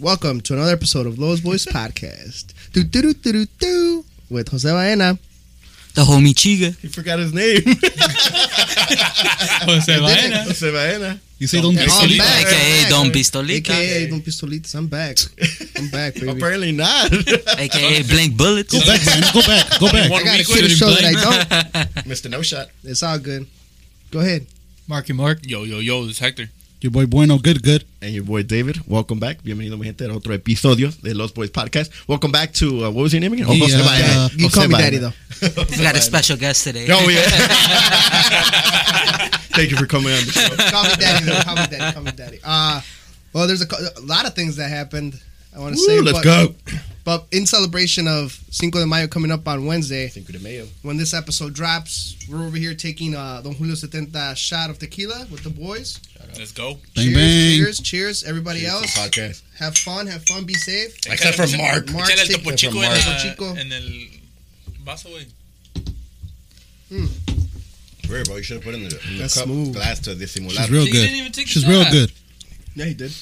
Welcome to another episode of Lowest Voice Podcast. Do do do do do do with Jose Baena. The homie Chiga. He forgot his name. Jose Baena. Jose Baena. You say Don I'm Pistolita. back. AKA Don baby. Pistolita. AKA Don Pistolitas. I'm back. I'm back, baby. Apparently not. AKA Blank Bullets. Go back, man. Go back. Go back. I gotta keep it show that I don't. Mr. No Shot. It's all good. Go ahead. Marky Mark. Yo, yo, yo, this is Hector. Your boy Bueno. Good, good. And your boy David. Welcome back. Bienvenido, mi gente, a otro episodio de Los Boys Podcast. Welcome back to, uh, what was your name again? Yeah, Jose uh, Baena. You Jose call me Baena. daddy though. We got a special guest today. Oh, yeah. Thank you for coming on the show. Call me daddy though. Call me daddy. Call me daddy. Uh, well, there's a, co- a lot of things that happened. I want to say. Woo, let's but, go. But in celebration of Cinco de Mayo coming up on Wednesday, Cinco de Mayo. when this episode drops, we're over here taking uh, Don Julio 70 shot of tequila with the boys. Let's go. Bang, cheers, bang. cheers, cheers, everybody Cheers to else. the podcast. Have fun, have fun, be safe. Except for Mark. Mark, Echale el sí, topo except chico for en, Mark. la- Topo chico. en el vaso, güey. Where, bro? You should have put in the, in the That's cup smooth. glass to dissimular. She's real She didn't good. even take a She's shot. real good. Yeah, he did.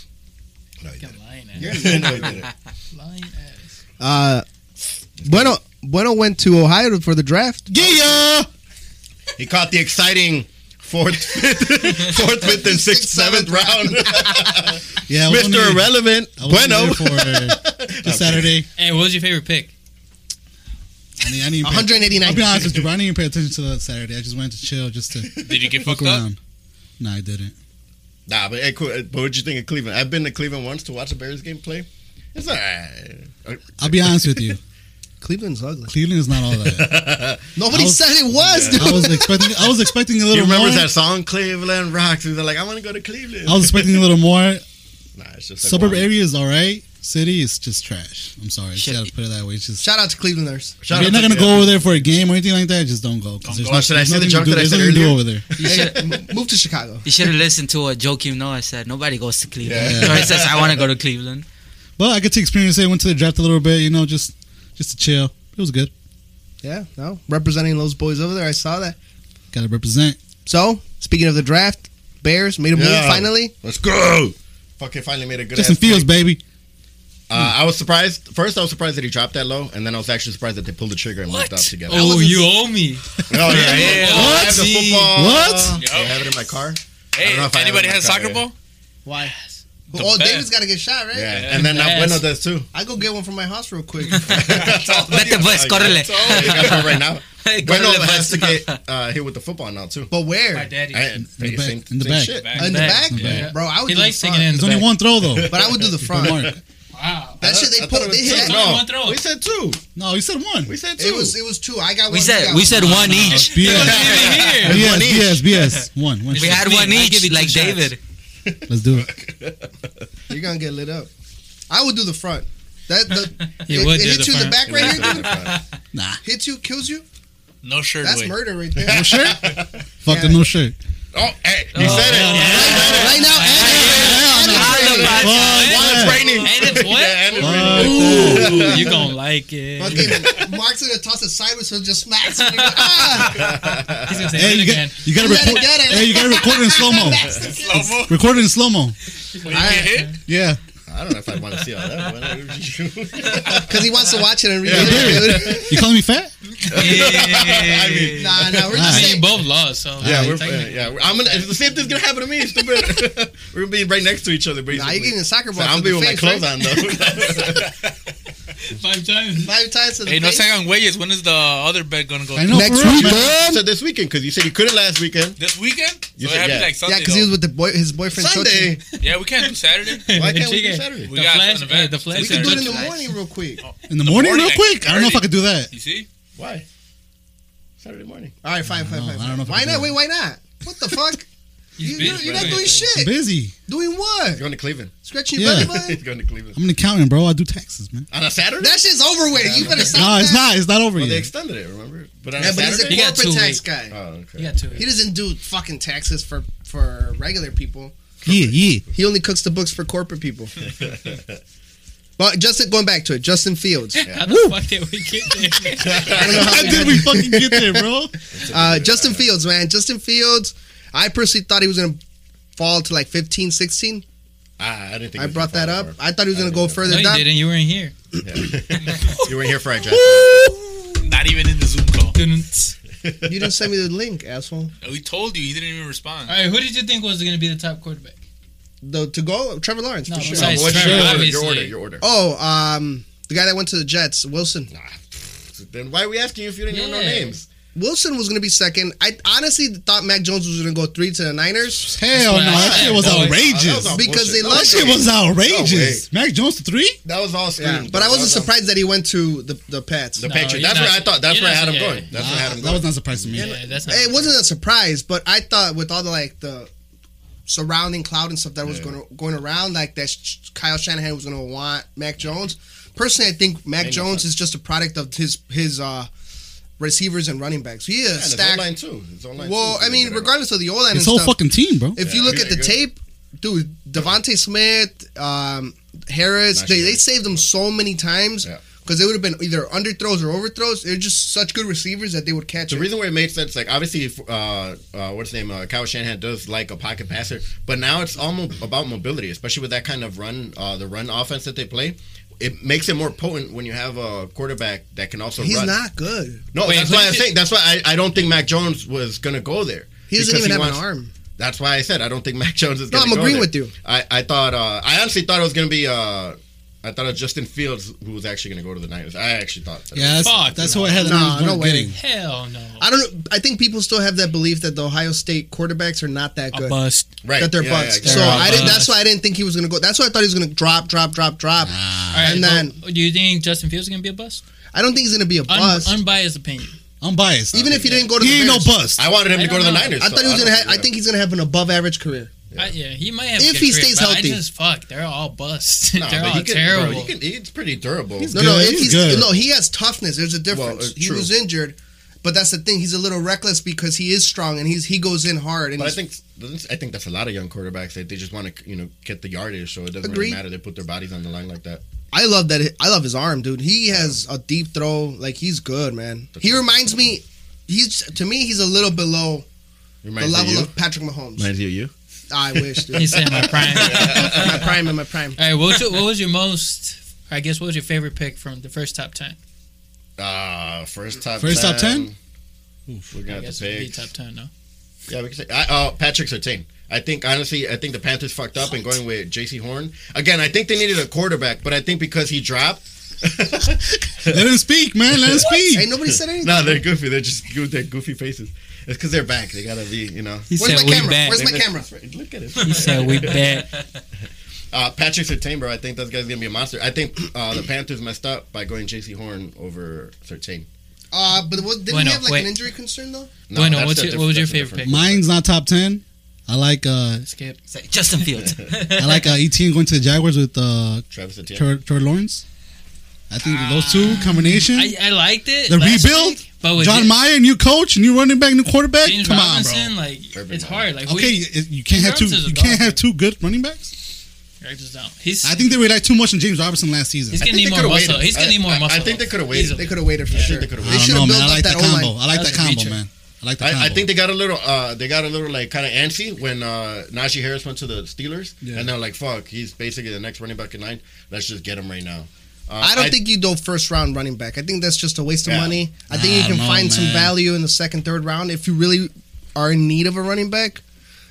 No, he Come didn't. on, Yeah, he did. No, he didn't. Lying ass. Uh, bueno, Bueno went to Ohio for the draft. Yeah! He caught the exciting fourth, fifth, fourth, fifth, and sixth, seventh round. Yeah, I was only- Mr. Irrelevant. I was only Bueno. there for this Saturday. Hey, what was your favorite pick? I mean, I didn't. even Pay, 189. I'll be honest with you, bro. I didn't even pay attention to that Saturday. I just went to chill, just to Did you get fuck fucked up? around. No, I didn't. Nah, but, hey, cool. but what'd you think of Cleveland? I've been to Cleveland once to watch the Bears game play. It's all right. I'll be honest with you. Cleveland's ugly. Cleveland is not all that. Nobody I was- said it was. dude. I was expecting. I was expecting a He little more. remembers that song, Cleveland Rocks. He's like, I want to go to Cleveland. I was expecting a little more. nah, it's just like Suburb one- area is all right. City is just trash. I'm sorry. Just Shit. gotta put it that way. It's just. Shout out to Clevelanders. Shout if out you're not to gonna Cleveland. go over there for a game or anything like that, just don't go. 'cause there's go. Should I there's say the nothing to joke do- that I there's said nothing to do earlier? over there. You should, M- Move to Chicago. you should have listened to what Joakim Noah said. Nobody goes to Cleveland. Yeah. Or he says, I want to go to Cleveland. But I get to experience it. Went to the draft a little bit, you know, just just to chill. It was good. Yeah, no, representing those boys over there. I saw that. Got to represent. So, speaking of the draft, Bears made a move Yeah. finally. Let's Oh, go. Fucking finally made a good Justin ass play. Fields, baby. Uh, I was surprised. First, I was surprised that he dropped that low, and then I was actually surprised that they pulled the trigger and locked up together. Oh, you owe me. Oh, yeah, yeah, yeah. I have the What? football. What? I have it in my car. Hey, know if I have anybody it in has my car, soccer ball? Why? The oh, best. David's got to get shot, right? Yeah, and then uh, Yes. Bueno does too. I go get one from my house real quick. Vete, pues, córrele. You got one right now. Hey, Bueno córrele, has to pues. get uh, hit with the football now too. but where? My daddy. And In the back. same- In the same back. shit. In the back, In the back. bro. I would He do the likes front. taking it in There's the only one throw though. but I would do the For Mark. front. Wow. That shit I they thought pulled. it was They two. hit. Only one No, throw. we said two. No, you said one. We said two. It was. It was two. I got. one, We he said, got we said one each. BS. Even here. BS. One BS. BS. One. One. We had me. one I give each, you two like shots. David. Let's do it. You're gonna get lit up. I would do the front. That the You it, would it do hits the you in the front. back It right was here. in Dude. the front. Nah. Hits you, kills you. No shirt, That's way. murder right there. No shirt. Fuck the no shirt. Oh, hey, you said it. right now, and- and- Fuck While it's Fuck raining. And it's wet. Yeah, and it's raining. Oh. that. Ooh, you gonna like it. and- fucking Mark's gonna toss it sideways, so it just smacks. you. Ah, He's gonna say Hey, it you again. got, you got to You gotta record. get it. Hey, you got to record it in slow mo. Slow-mo. Record it in slow mo. When you get hit, Yeah. I don't know if I want to see all that. Why don't you- Because he wants to watch it and read it. dude. You calling me fat? I mean, Nah, nah, we're All just right. We saying. both lost, so yeah, we're, uh, technically- yeah. I'm gonna. It's the same thing's gonna happen to me. Stupid. we're gonna be right next to each other. Basically. Nah, you're getting a soccer so ball. I'm to be the with my face, clothes right? on though. five times. Five times to the Hey, no face. se hagan güeyes. When is the other bet gonna go? I know. Next for real, week, man. man. so this weekend, because you said you couldn't last weekend. This weekend? You so said, it happened yeah. like Sunday. Yeah, because he was though. with the boy, his boyfriend. Sunday. yeah, we can't do Saturday. Why can't we Chica, do Saturday? We the got flash, an hey, event. the flash. We can do it in the Saturday. morning real quick. In the morning, morning, real quick. I don't know if I early. could do that. You see? Why? Saturday morning. All right, fine, fine, know. fine. I don't know if I Why can do not? that. Wait, why not? What the fuck? you, busy, you're, you're not bro. doing I'm shit. busy. Doing what? He's going to Cleveland. Scratching your Yeah. belly button? He's going to Cleveland I'm an accountant, bro. I do taxes, man. on a Saturday. That shit's over with. You better stop. No, it's that. not. It's not over well, they yet. extended it. Remember? But on Yeah, a but he's a Saturday. You got corporate two tax weeks. guy. oh, okay. You got two. He doesn't do fucking taxes for for regular people. Yeah, yeah. He only cooks the books for corporate people. well, Justin, going back to it, Justin Fields. How the fuck did we get there? I don't know how How we did we fucking get there, bro? Uh, Justin Fields, man. Justin Fields, I personally thought he was going to fall to like 15, 16. Ah, I didn't think I it was brought that that far up. apart. I thought he was gonna go No, further you down. didn't. You weren't here. Yeah. you were here for it, Jack. Not even in the Zoom call. All You didn't send me the link, asshole. We told you. He didn't even respond. right, who did you think was going to be the top quarterback? The to go Trevor Lawrence No, for sure. besides- what's Trevor, your order? Your obviously. order. Your order. Oh, um, the guy that went to the Jets, Wilson. Then why are we asking you if you didn't even know Yeah. names? Oh, Wilson was gonna be second. I honestly thought Mac Jones was gonna go three to the Niners. Hell no, what I that said, shit was boys. outrageous. Oh, that was Because they bullshit. love That shit was outrageous. wait. Mac Jones to three? That was all screams. Yeah, but I That wasn't was all- surprised that he went to the the Pats. The No, picture. you're That's not- where I thought. That's you're where I not- had him yeah. going. That's where I had him That was going. not surprising to me. Yeah, that's not. It wasn't a surprise, but I thought with all the like the surrounding cloud and stuff that was Yeah. going going around, like that Sh- Kyle Shanahan was going to want Mac Jones. Personally, I think Mac Ain't no Jones is just a product of his his uh, receivers and running backs. He is Yeah, and his stacked. O-line too. His O-line Well, too. I mean, regardless of the O line and His whole stuff, fucking team, bro. if you Yeah, look he's at the good. tape, dude, Devonte Smith, um, Harris, Not they, sure. they saved them so many times. Yeah. Because they would have been either underthrows or overthrows. They're just such good receivers that they would catch The it. reason why it made sense, like obviously, if, uh, uh, what's his name, uh, Kyle Shanahan does like a pocket passer, but now it's almost about mobility, especially with that kind of run, uh, the run offense that they play. It makes it more potent when you have a quarterback that can also He's run. not good. No, Wait, that's who why did I'm you- saying. That's why I, I don't think Mac Jones was gonna go there. He doesn't Because even have wants- an arm. That's why I said I don't think Mac Jones is. No, gonna I'm go agreeing there. with you. I, I thought uh, I honestly thought it was gonna be. Uh, I thought it was Justin Fields who was actually gonna go to the Niners. I actually thought. That Yeah, that's, Fuck, that's no. who I had. Nah, No, no no way. getting. Hell no. I don't know. I think people still have that belief that the Ohio State quarterbacks are not that A good. bust. right. That they're yeah, Uh, busts. Yeah, so They're a I didn't. bust. That's why I didn't think he was going to go. That's why I thought he was going to drop, drop, drop, drop. All right, And so then- Oh, do you think Justin Fields is going to be a bust? I don't think he's going to be a Un- bust. Unbiased opinion. I'm biased. Even if he didn't go to he the ain't no Bears. bust. I wanted him I to go to don't the know. Niners. I thought he was going to. to. Ha- I think he's going to have an above average career. I, yeah, he might have. If a he good career, stays but healthy. I just fuck. They're all busts. they're all he can, terrible. Bro, he can, he's pretty durable. No, no, good. if He's he's, good. no. He has toughness. There's a difference. Well, uh, he true. was injured, but that's the thing. He's a little reckless because he is strong and he's he goes in hard. And but I he's, think I think that's a lot of young quarterbacks that they just want to you know get the yardage, so it doesn't Agreed. really matter. They put their bodies on the line like that. I love that. I love his arm, dude. He has a deep throw. Like he's good, man. He reminds me. He's to me. He's a little below Reminds the me of level you. of Patrick Mahomes. Ah, Reminds you of you. I wish, dude. He said my prime. my prime and my prime. All right, what was, your, what was your most? I guess what was your favorite pick from the first top ten? Ah, first top. First top 10? We're I gonna have guess to it would be pick. top ten. No, Yeah, we can say. I, uh, Patrick Sertain. I think honestly, I think the Panthers fucked up and going with J.C. Horn again. I think they needed a quarterback, but I think because he dropped. Let him speak, man. Let him speak. Ain't nobody said anything. no, they're goofy. They're just go- they're goofy faces. It's because they're back. They gotta be, you know. he Where's my camera? Where's my They're- camera? Look at it. He said we back. Uh, Patrick Sertain, bro. I think that guy's gonna be a monster. I think uh, the Panthers messed up by going J.C. Horn over Sertain. Uh, but what, didn't Bueno, he have like wait. an injury concern though? No, Bueno, that's what's a your- diff- what was your that's a favorite different- pick? Mine's not top ten. I like uh, Skip. Say, Justin Fields. I like uh, Etienne going to the Jaguars with uh, Travis Sertain. Trevor, Trevor Lawrence. I think those two combination, Ah. I, I liked it. the last rebuild, week, but with John Ja- Meyer, new coach, new running back, new quarterback. James Come Robinson, like Urban it's Meyer. hard. Like on, bro. Okay, okay, you you can't have two. James Robinson's a You can't dog, have two good running backs. Just down. He's I think they relied too much on James Robinson last season. he's gonna think need they more could've muscle. waited. He's gonna I- need more I- I muscle. think they could've waited. They Easily. could have waited for I sure. think they could've They I waited. don't should know, have man. built I up like that the O combo. line. I like That that was a combo, reacher. man. I like that combo. I, I think they got a little. Uh, they got a little like kind of antsy when uh, Najee Harris went to the Steelers, Yeah. and they're like, "Fuck, he's basically the next running back in line. Let's just get him right now." Uh, I don't think you go first round running back. I think that's just a waste of Yeah. money. I think you Nah, can no, find some man. value in the second, third round if you really are in need of a running back.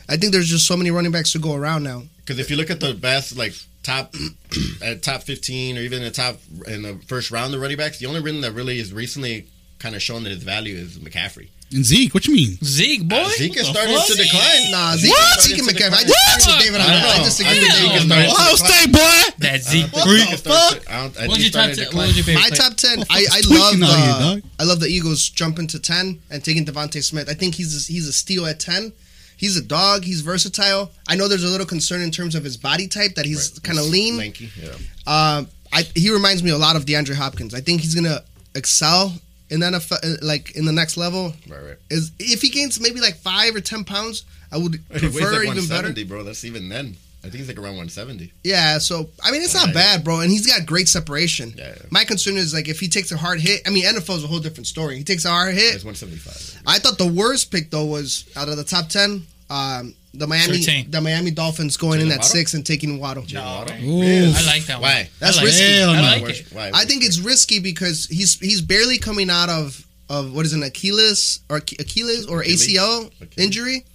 I think there's just so many running backs to go around now. because if you look at the best like top at top fifteen or even the top in the first round of running backs, the only one that really is recently kind of shown that his value is McCaffrey. and Zeke, what you mean? Zeke boy. Zeke is the starting fuck? to decline. Nah, Zeke, What? Zeke and McCaffrey. I What? just agree with David on I don't that. I know. just I agree think with Zeke David is on Hell that. starting no. to Ohio decline. State boy. That Zeke. I boy. think it's starting to- I don't- I What was think your it's top Uh, starting to ten? What decline. was your favorite? My play? top ten. Well, I, I fuck's love tweaking out here, the dog. I love the Eagles jumping to ten and taking Devonte Smith. I think he's he's a steal at ten. He's a dog. He's versatile. I know there's a little concern in terms of his body type that he's kind of lean. Lanky, yeah. Um, I, he reminds me a lot of DeAndre Hopkins. I think he's gonna excel in that uh, like in the next level. Right, right. Is if he gains maybe like five or ten pounds, I would He weighs prefer like even better. 170, bro. That's even then. I think he's like around 170. Yeah, so I mean it's not Right. bad, bro, and he's got great separation. Yeah. My concern is like if he takes a hard hit. I mean NFL's a whole different story. He takes a hard hit. It's 175. I thought the worst pick though was out of the top ten, um, the Miami Surtain. the Miami Dolphins going in at Waddle? six and taking Waddle. Waddle? Ooh. I like that one. Why? That's I like risky. It. Hell I no. like Where's- it. why? I think it's risky because he's he's barely coming out of of what is an Achilles or Ach- Achilles or Achilles. ACL Achilles. injury,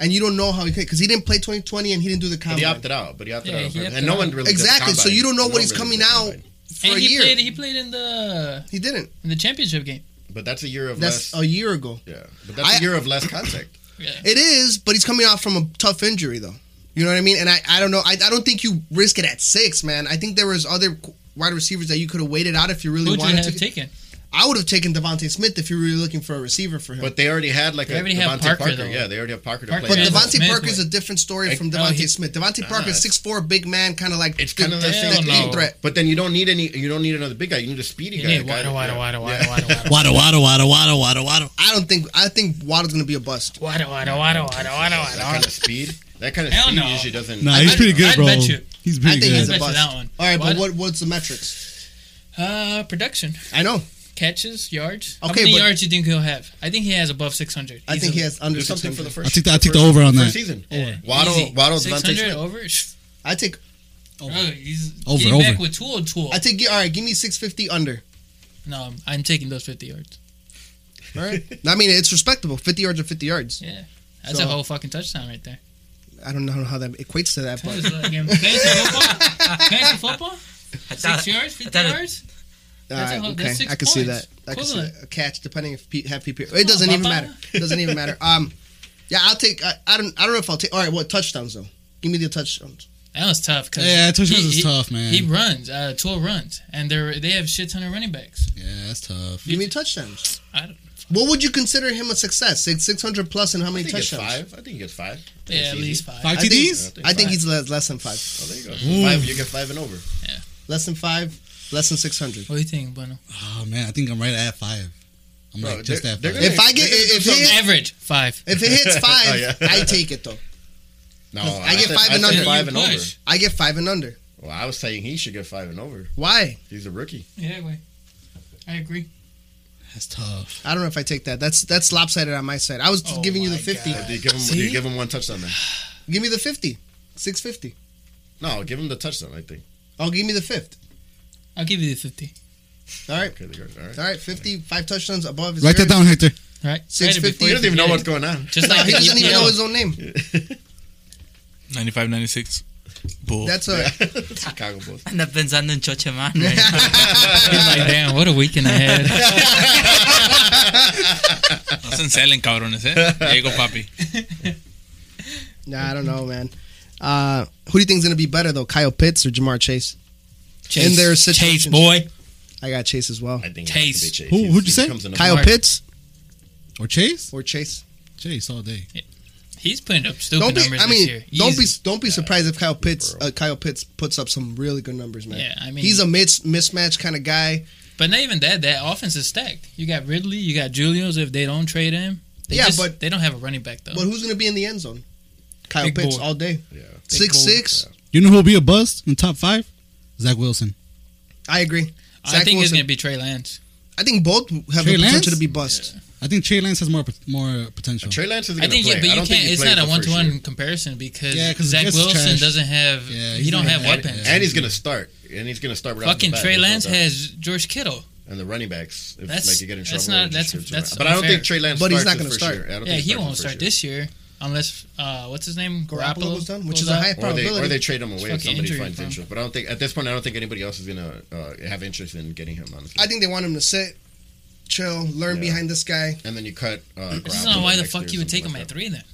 and you don't know how he could because he didn't play 2020 and he didn't do the But he combine opted out. But he opted Yeah, out. he and opted no out. one really did exactly. So combine. you don't know No what one he's really coming did out combine. for And a he year. played. He played in the He didn't. in the championship game. But that's a year of That's less. a year ago. yeah, but that's I- a year of less contact. Yeah. It is, but he's coming off from a tough injury though. You know what I mean? And I, I don't know. I, I don't think you risk it at six, man. I think there was other qu- wide receivers that you could have waited out if you really Who'd you wanted have to. taken? I would have taken Devontae Smith if you were really looking for a receiver for him. But they already had like They a already Devontae have Parker. Parker, though. yeah, they already have Parker to Parker play. But Yeah, with. Devontae Smith Parker is would- a different story Like, from no, Devontae he- Smith. Devontae Ah, Parker, it's- six four, big man, kind of like It's kind of the, the Hell same no. thing. threat. But then you don't need any. You don't need another big guy. You need a speedy You guy. need a guy Waddle, that- Waddle, yeah. Waddle, Yeah. Waddle, Waddle, Waddle, Waddle. waddle, waddle, waddle, waddle, waddle. I don't think I think Waddle's gonna be a bust. Waddle, waddle, waddle, waddle, waddle, That waddle. kind of speed. That kind of Hell speed no. usually doesn't. Nah, I- he's I'd- pretty good, I'd bro. bet you. He's I pretty think good. he's a I'd bet bust. that one. All right, What? but what what's the metrics? Uh, production, I know. catches, yards. How Okay, many but- yards you think he'll have? I think he has above 600. I think he has under Do something for the 600. first. I take the- I take the first- over on first that. season. Yeah. Waddle, Easy. Waddle, Devontae 600 Smith. over. Shh. I take Bro, he's Over, getting back over. with tool tool. I take all right. Give me six fifty under. No, I'm taking those 50 yards. All right. I mean, it's respectable. Fifty yards or fifty yards. Yeah. That's So- a whole fucking touchdown right there. I don't know how that equates to that, but Fantasy football? Fantasy football? Six yards? 50 thought it- yards? That's a uh, whole- okay, that's six I can see that. points. I can see Equivalent. that. a catch depending if P, have PPR. It doesn't on, even Papa. matter. It doesn't even matter. Um, yeah, I'll take. I, I don't. I don't know if I'll take. All right, what touchdowns though? Give me the touchdowns. That was tough. Cause Yeah, touchdowns he- is he- tough, man. He runs, uh, twelve runs, and they are they have shit ton of running backs. yeah, that's tough. Give me touchdowns. I don't, What would you consider him a success? Six six hundred plus, and how I many think he gets touchdowns? five. I think he gets five. I think yeah, it's at easy. least five. Five I think- TDs? I think he's less, less than five. Oh, there you go. Ooh. Five. You get five and over. Less than five. Less than six hundred. What do you think, Bueno? Oh man, I think I'm right at five. I'm Bro, like just they're- at they're five. gonna- If I get if it hits, Average five. if it hits five, Oh, yeah. I take it though. No, I get said- five I and said under. Five and You over. push. I get five and under. Well, I was saying he should get five and over. Why? He's a rookie. Yeah, wait. I agree. That's tough. I don't know if I take that. That's that's lopsided on my side. I was Oh giving you the my fifty. Do you give him? Do See? you give him one touchdown then? Give me the fifty. Six fifty. No, give him the touchdown. I think. Oh, give me the fifth. I'll give you the fifty. All right. Okay, there you go. All right. All right, 50, five touchdowns above. Is Write yours. that down, Hector. All right. Six Write it fifty. before He you doesn't even know forget what's it. going on. Just like He the doesn't even EPL. know his own name. 95, 96. Bull. That's a. Chicago Bulls. Anda pensando en Choche Man right now. He's like, damn, what a weekend I had. no se encelen, cabrones, eh. Ya Llegó papi. Nah, I don't know, man. Uh, who do you think's gonna be better though, Kyle Pitts or Jamar Chase? Chase, In their Chase situation. boy. I got Chase as well. I think. Chase. Who- who'd you say? Kyle Mark. Pitts Or Chase? or Chase? Chase all day. He's putting up stupid Don't be. numbers I this mean, year. don't Easy. be. Don't be surprised if Kyle Pitts. Burrow. Uh, Kyle Pitts puts up some really good numbers, man. Yeah, I mean- he's a mis- mismatch kind of guy. But not even that. That offense is stacked. You got Ridley. You got Julius. If they don't trade him, they Yeah, just- but- they don't have a running back though. But who's gonna be in the end zone? Kyle Big Pitts boy. all day. Yeah. Six boy. six. You know who'll be a bust in top five? Zach Wilson. I agree. I Zach think it's Wilson. gonna be Trey Lance. I think both have the Trey potential Lance? to be bust. I think Trey Lance has more more potential. Trey Lance is I going to think, play. yeah, but I you don't think can't. he It's plays not a the one first to year. one comparison because Yeah, 'cause Zach it's Wilson trash. doesn't have. Yeah, he he's don't not have gonna- weapons. Yeah. And he's going to start. And he's going to start. Right off Fucking the bat. Trey There's no Lance doubt. has George Kittle. And the running backs, if That's- like you get in trouble, that's or not- just that's- get Trey that's Lance. But I don't unfair. think Trey Lance. But he's starts not his gonna first year. I don't Yeah, think he starts won't his start first this year unless uh, what's his name Garoppolo goes down, which goes is a out. high Or they, or probability. they trade him away Fucking if somebody injury finds prone. interest. But I don't think at this point I don't think anybody else is gonna uh, have interest in getting him. Honestly, I think they want him to sit, chill, learn Yeah. behind this guy. and then you cut. Uh, This is not why the fuck you you would take him at three then.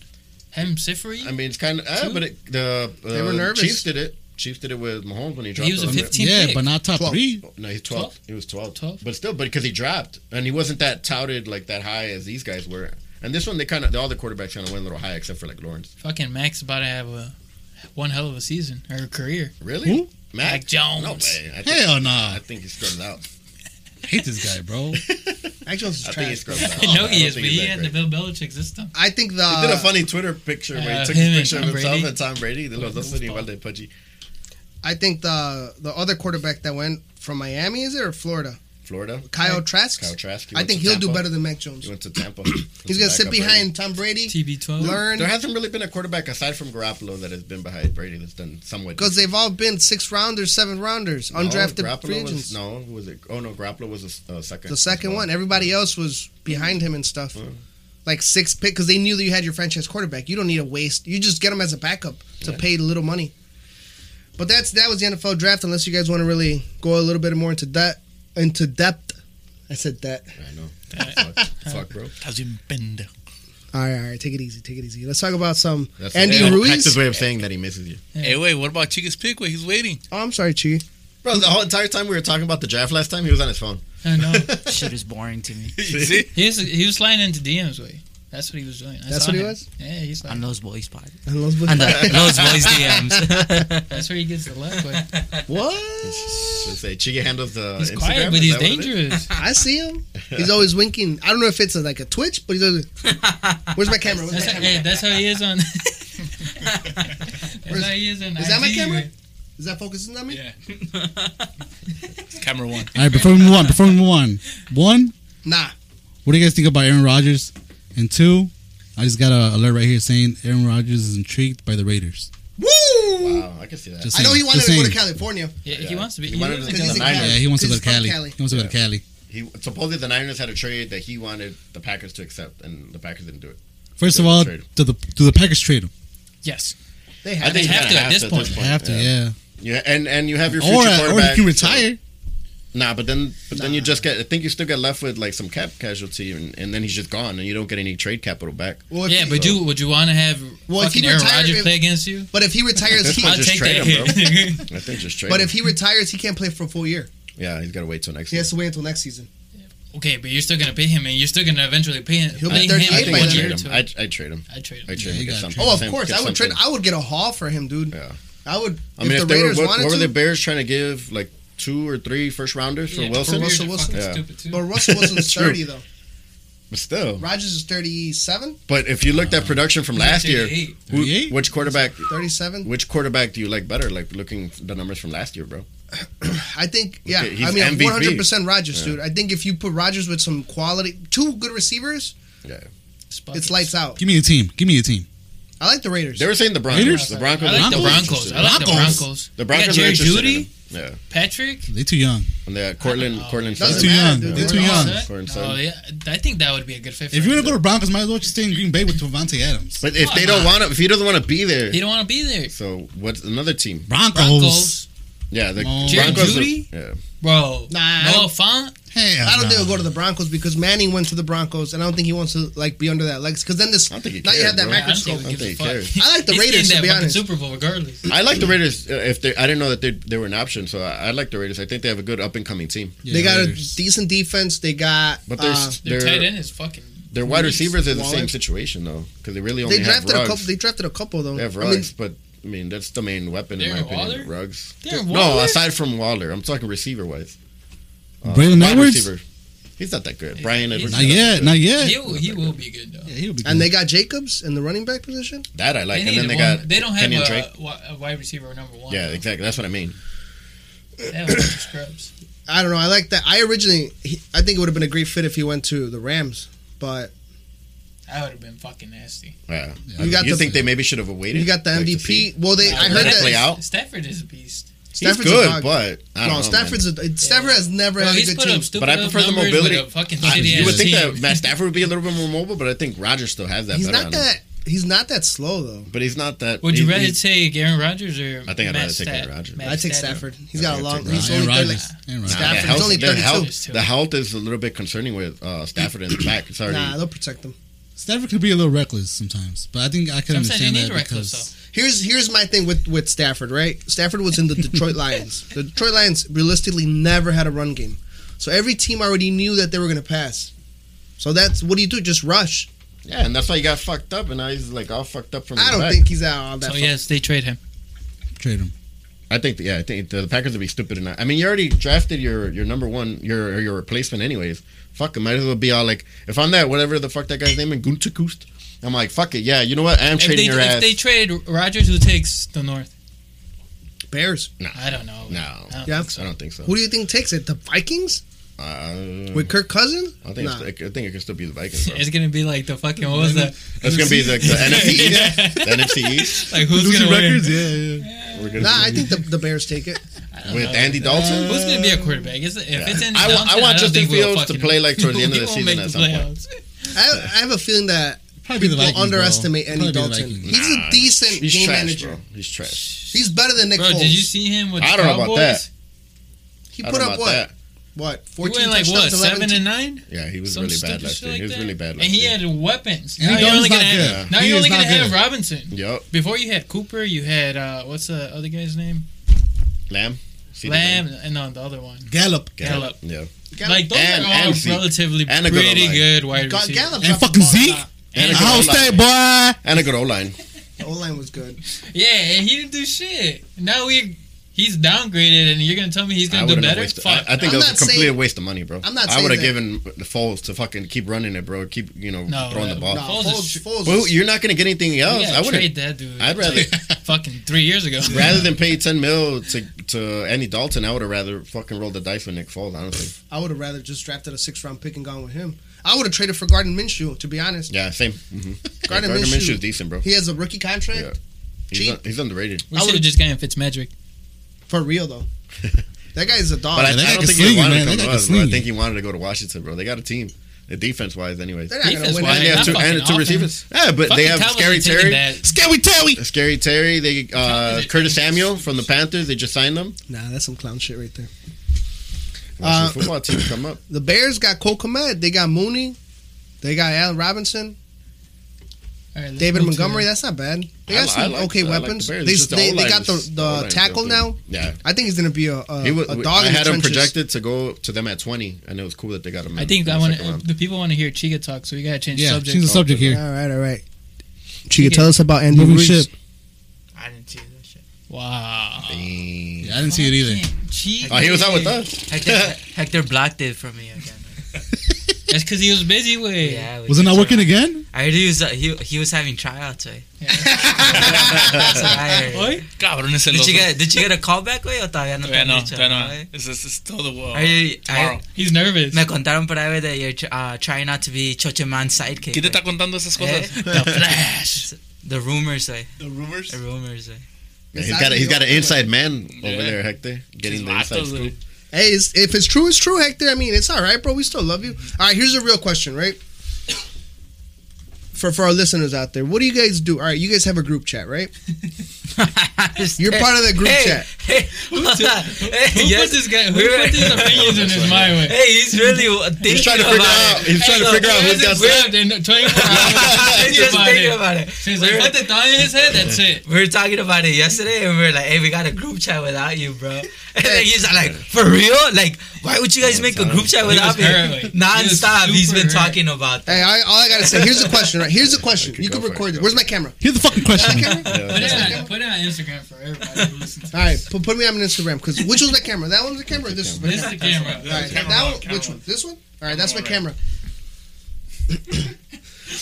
Have him sit for you. I mean, it's kind of. Uh, Two? but it, the uh, were nervous. Chiefs did it. Chiefs did it with Mahomes when he dropped. was the a other- 15 Team Yeah, pick. but not top Twelve. three. No, he's 12. 12? He was 12. 12? But still, but because he dropped and he wasn't that touted like that high as these guys were. And this one, they kind of all the quarterbacks kind of went a little high except for like Lawrence. Fucking Max about to have a one hell of a season or a career. Really, Who? Mac Jones. No way. I think, Hell nah. I think he scrubs out. I hate this guy, bro. Actually, it's I think he trash. scrubs out. I know I he don't think is, but he's he that had great. the Bill Belichick system. I think the He did a funny Twitter picture where uh, he took him his and picture of himself Tom Brady. and Tom Brady. They los dos son igual de pudgy. I think the the other quarterback that went from Miami is it or Florida? Florida. Kyle Trask. Kyle Trask, he I went think to he'll do Tampa. better than Mac Jones. He went to Tampa. He's gonna sit behind Tom Brady. TB12. Learn There hasn't really been a quarterback aside from Garoppolo that has been behind Brady that's done somewhat. because they've all been six rounders, seven rounders, No, undrafted Garoppolo free was- agents. no, was it? Oh no, Garoppolo was the uh, second. The second one. Everybody else was behind him and stuff. Like six pick because they knew that you had your franchise quarterback. You don't need to waste. You just get him as a backup to pay little money. But that's that was the NFL draft. Unless you guys want to really go a little bit more into that into depth. I said that. I know. fuck, fuck, bro. Estás bien pendejo. All right, all right. Take it easy. Take it easy. Let's talk about some That's Andy that's Ruiz. His way of saying that he misses you, Hey, wait, what about Chica's pick? Wait, he's waiting. Oh, I'm sorry, Chi. bro. The whole entire time we were talking about the draft last time, he was on his phone. I know. Shit is boring to me. You see? He was, he was sliding into DMs, way. That's what he was doing. I That's saw what he him. was? Yeah, he's On like, those boys' pod. And those- On the, those boys' DMs. that's where he gets the luck. Way. what? Just say Chiga handles the. He's Instagram, quiet, is but he's that what it is? dangerous. I see him. He's always winking. I don't know if it's a, like a twitch, but he's always. Where's my camera? Where's That's my how, camera? hey, that's how he is on. that's how he is on. Is that my IG, camera? way. Is that focusing on me? It's camera one. All right, before we move on, before we move on, one, Nah. what do you guys think about Aaron Rodgers? And two, I just got an alert right here saying Aaron Rodgers is intrigued by the Raiders. Woo! Wow, I can see that. Just I know he saying, wanted just to go to saying. California. Yeah, Yeah. he wants to be. He He wanted lives to in be in the California. Niners. Yeah, he wants to go He's to Cali. from Cali. He wants to go to Cali. he supposedly the Niners had a trade that he wanted the Packers to accept, and the Packers didn't do it. First of Yeah, all, trade him. do the do the Packers trade him? Yes. They I had think have you to kinda at this point. They have to, yeah. Yeah, and and you have your future Or or quarterback. he can retire. Nah, but then but then you just get. I think you still get left with like some cap casualty, and, and then he's just gone, and you don't get any trade capital back. Well, if Yeah, he- but you would you want to have Well, if fucking he Aaron retired, Rodgers if- play against you? But if he retires, That's he. fine. I'll just take trade that him, hit. I think just trade. But him. if he retires, he can't play for a full year. yeah, he's got to wait till next He year. has to wait until next season. okay, but you're still gonna pay him, and you're still gonna eventually pay him. He'll be pay 38 by I him think then. I one trade year him. to I I trade him. I trade I trade him. Yeah, him. you Get gotta something. Oh, of Get course, I would something. trade. I would get a haul for him, dude. Yeah. I would. I mean, if, if, the they Raiders were, what, wanted what were the to, Bears trying to give like two or three first rounders for Yeah, Wilson? Russell You're Wilson? fucking Yeah. stupid, too. but Russell Wilson's True. thirty though. But still, Rogers is 37? but if you looked at production from He's like last year, 38. who, 38? which quarterback? 37? Which quarterback do you like better? Like looking at the numbers from last year, bro. I think, yeah. Okay, he's I mean, MVP. 100% Rogers, dude. I think if you put Rogers with some quality, two good receivers, Spuckers. it's lights out. Give me a team. Give me a team. I like the Raiders. They were saying the Broncos. Raiders? The Broncos. I like the were Broncos. I like the Broncos. Broncos. The They got Broncos are Jerry interested in Judy, him. Yeah, Patrick. They too young. and the Cortland, Cortland. Doesn't too Sutton. matter, young. dude. They're We're too not- young. Corn No, Sun. yeah, I think that would be a good fit. For If you're him. gonna go to Broncos, might as well just stay in Green Bay with Devontae Adams. But if they Why not? don't want to, if he doesn't want to be there, he don't want to be there. so what's another team? Broncos. Broncos, Yeah, the Come on. Oh. Jerry Broncos. are- Judy? yeah, bro. Nah, I Noah don't- Font. Hell I don't think no. he'll go to the Broncos because Manning went to the Broncos, and I don't think he wants to like be under that Lex. Because then this I don't think he now you cares, have that bro. I don't microscope. think I he gives don't a think fuck. he I like the He's in Raiders that to be fucking honest. Super Bowl regardless. I like the Raiders. uh, If they, I didn't know that they they were an option, so I, I like the Raiders. I think they have a good up and coming team. Yeah, they got Raiders. a decent defense. They got But uh, their their, Their Ah, tight end is fucking. their wide beast. receivers are the Waller. same situation though, because they really only they drafted have a rugs. couple. They drafted a couple though. they have I mean, rugs, but I mean that's the main weapon in my Darren opinion. Waller? Rugs. Darren No, Waller? aside from Waller, I'm talking receiver wise. Braylon Edwards? He's not that good. Brian he's Edwards. Not is that yet. good. Not yet. He will, he will be good though. Yeah, he'll be and good. they got Jacobs in the running back position. That I They, like. need and then they one- got they don't have Kenyon a, Drake. wi- a wide receiver number one. Yeah, exactly. That's what I mean. They have a bunch of scrubs. I don't know. I like that. I originally, he, I think it would have been a great fit if he went to the Rams, but That would have been fucking nasty. Yeah. You You, got the- think they maybe should have waited? you got the like, to MVP. see? well, they I heard Let it play that out. Stafford is a beast. He's Stafford's a good, dog. but I don't no, know, Stafford's man. a, Stafford has never Bro, had a he's good put team. up stupid But I prefer the numbers mobility. With a fucking I- shitty you would ass think team. that Matt Stafford would be a little bit more mobile, but I think Rodgers still has that. He's better not on him. that. He's not that slow though. But he's not that. Would you he- rather he's- take Aaron Rodgers or I think I'd Matt rather take Stat- Aaron Rodgers. Matt I take Stafford? Stafford. He's Yeah, got a I'd long. take He's Nah, only Aaron thirty- Rodgers. Aaron Rodgers. Nah, Stafford, he's the health, only the 32. health, the health is a little bit concerning with uh, Stafford in the back. It's already Nah, they'll protect him. Stafford could be a little reckless sometimes, but I think I can Sometimes you understand need that reckless, because Here's here's my thing with with Stafford, right? Stafford was in the Detroit Lions. The Detroit Lions realistically never had a run game, so every team already knew that they were going to pass. So that's what do you do? Just rush. yeah, and that's why he got fucked up, and now he's like all fucked up from. I the don't back. think he's out all that. So fu- yes, they trade him. trade him. I think yeah, I think the Packers would be stupid enough. I mean, you already drafted your your number one, your your replacement, anyways. Fuck, it might as well be all like if I'm that whatever the fuck that guy's name in Gunter Kust. I'm like fuck it, yeah. You know what? I am If trading they, your if ass. they trade Rodgers, who takes the North? Bears. I don't know. no, I don't Yeah. think so. I don't think so. Uh, Who do you think takes it? The Vikings? I- With Kirk Cousins? I think Nah. it's, I think it could still be the Vikings. Bro. It's gonna be like the fucking what was that? That's gonna be the, the NFC East. The NFC East Like who's gonna records? win? Yeah, yeah. We're gonna Nah, I be think the, the Bears take it. with Andy Dalton. Who's gonna be a quarterback? Is it, if Yeah. it's Andy I wa- I Dalton, want don't Justin think we'll Fields to fucking- play, like, towards the end of the he won't season make at the some point. playoffs. I, I have a feeling that Probably the people Vikings. bro. underestimate Andy Probably the Dalton. Vikings. He's a decent He's game trash, manager. bro. He's trash. He's better than Nick Bro, Foles. did you see him with the I don't know about Cowboys? that. he I put don't know up about what? that. What? He 14 went like what touchdowns, 11 seven and nine. Yeah, he was Some really stupid bad last shit year. like he was that. really bad last And he year. had weapons. Andy Now you're Dalton's only gonna not have, good. now He you're is only gonna not have good. Robinson. Yup. Before you had Cooper, you had uh, what's the other guy's name? Lamb. CeeDee Lamb, and no, the other one. Gallup. Gallup. Yeah. Gallup- Like those And- are all and Zeke. relatively And a good pretty O-line. good wide Ga- receivers. Gallup And dropped the fucking ball a Zeke? lot. And a good Ohio O-line. State, boy. And a good O line. The O line was good. Yeah, and he didn't do shit. Now we he's downgraded, and you're gonna tell me he's I gonna do wouldn't have better? wasted- Fuck. I, I think I'm that not was a complete saying- waste of money, bro. I'm not I would have saying given the Foles to fucking keep running it, bro. Keep you know No, throwing uh, the ball. No, Foles is Foles, tr- Foles Well, is- you're not gonna get anything We else. gotta I wouldn't. trade that dude. I'd rather- fucking three years ago. Rather than pay ten mil to to Andy Dalton, I would have rather fucking rolled the dice with Nick Foles. Honestly, I would have rather just drafted a six round pick and gone with him. I would have traded for Garden Minshew, to be honest. yeah, same. Mm-hmm. Gardner Minshew. Minshew is decent, bro. He has a rookie contract. Yeah. He's, cheap. un- he's underrated. We I should would've- have just gotten Fitzmagic. For real, though. that guy is a dog. But I, that I guy don't can think sling he you, wanted man. to That come to guy can us, bro. I sling think you. he wanted to go to Washington, bro. They got a team, defense wise, anyways. They're not going to Defense win. wise, And they have not two, fucking and they have two offense. receivers. Yeah, but Fucking they have Calvin's Scary taking Terry. that. Scary Terry. Scary Terry. They uh, Calvin's a Curtis genius. Samuel from the Panthers. They just signed them. Nah, that's some clown shit right there. Watch Uh, the football team come up. The Bears got Cole Komet. They got Mooney. They got Allen Robinson. All right, let's David move to- Montgomery. That's not bad. They I got li- I some like- okay I like the weapons. Bears. they, It's just the they, they O-line's- got the, the the O-line's tackle good. now. Yeah. I think he's going to be a, a, He was, a dog I in the had him trenches. projected to go to them at 20, and it was cool that they got him. I in think the I want second round. the people want to hear Chiga talk, so we gotta change Yeah, subject. Oh, change the subject here. All right, all right. Chica, tell us about Andy Moving Reese. ship. I didn't see that shit. Wow. Dang. Yeah, I didn't see it either. Fucking Chiga. Oh, he was out with us. Hector, Hector blocked it from me again. That's because he was busy with. Yeah, Was it not it's working alright. again? I heard he was uh, he, he was having tryouts. Way. So I heard. What? Cabrón es el Did you oso. get did you get a call back, way? O todavía no te Todavía han no, dicho, todavía ¿no, no. güey? It's, it's, it's todo, uh, Are you- tomorrow. He's nervous. Me contaron por ahí, güey, that you're tr- uh, trying not to be Choche Man's sidekick. ¿Quién güey. te está contando esas cosas? Eh? The Flash. The rumors, güey. The rumors. The rumors, güey. Yeah, he's got a, he's got an inside man over Yeah. there, Hector, getting the Vatos, inside güey. scoop. Hey, it's, if it's true, it's true, Hector. I mean, it's all right, bro. We still love you. All right, here's a real question, right? For for our listeners out there, what do you guys do? All right, you guys have a group chat, right? You're part of the group hey, chat. Hey, who took- Who put this guy? Who put these opinions in his mind? With? Hey, he's really w- thinking He's trying to about figure it. out. He's trying to Hey, figure out look, who's where's got his grip? stuff. Grabbed and 24 hours. He's just about thinking it. about it. She's like, put the thought in his head. That's it. We were talking about it yesterday, and we were like, "Hey, we got a group chat without you, bro." And then he's like, "For real? Like, why would you guys make a group chat was without me?" hurt, like, he was Non-stop, he's super been hurt. talking about. That. Hey, I, all I gotta say, here's the question, right? Here's the question. Okay, You go can for it, record. go. it. Where's my camera? Here's the fucking question. Put it, Yeah. on, put it on Instagram for everybody to listen to. All right, put, put me on Instagram because which was my camera? That one's the camera. Or this is my This is the camera. camera. All right, Camera that one, one. camera Which one? one. This one. All right, that's my Camera camera.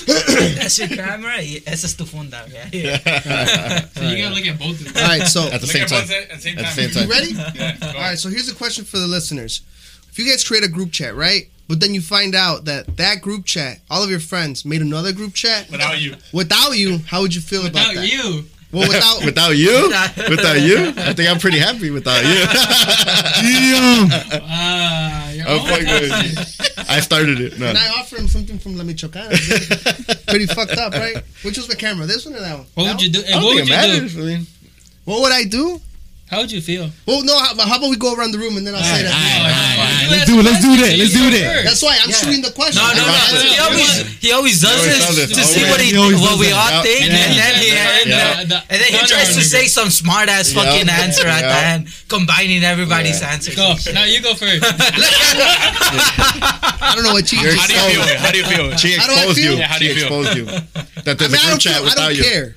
That's your camera. Yeah, Esa es tu funda. Yeah. So you gotta look at both of All them. right, so At the Look same at both time. at the same At the time. same time. you ready? Yeah, go. All right, so here's a question for the listeners. If you guys create a group chat, right? But then you find out that that group chat, all of your friends made another group chat Without you. without you. How would you feel about Without that? you. Well, without, without you, Without- without you, I think I'm pretty happy without you. Damn. Ah, you're I'm all fucking toxic. with you. Oh, I started it. No. and I offer him something from La Michoacana. Pretty fucked up, right? Which was my camera? This one or that one? What That would you one? do? I And don't what think it would you do? matters. I mean, What would I do? How would you feel? Well, no. How, how about we go around the room and then I'll say that. All right, all right. You Let's do it. Let's ask do that. Let's questions, do you go that. first. That's why I'm Yeah. shooting the question. No, no, I'm no. He asking- always he always does always does this this, to see what he, always. He what always does we that. all Yeah. think, Yeah. and then he and, Yeah. then- Yeah. and then he No, no, tries to no, no. say some smart ass Yeah. fucking answer at the Yeah. end, combining everybody's answers. Go. Now you go first. I don't know what you. You're How do you so- feel? güey? How do you feel? She How do I exposed feel? you. Yeah, how do she you feel? exposed you. That I there's mean, I a don't, group feel, I chat without don't care. you.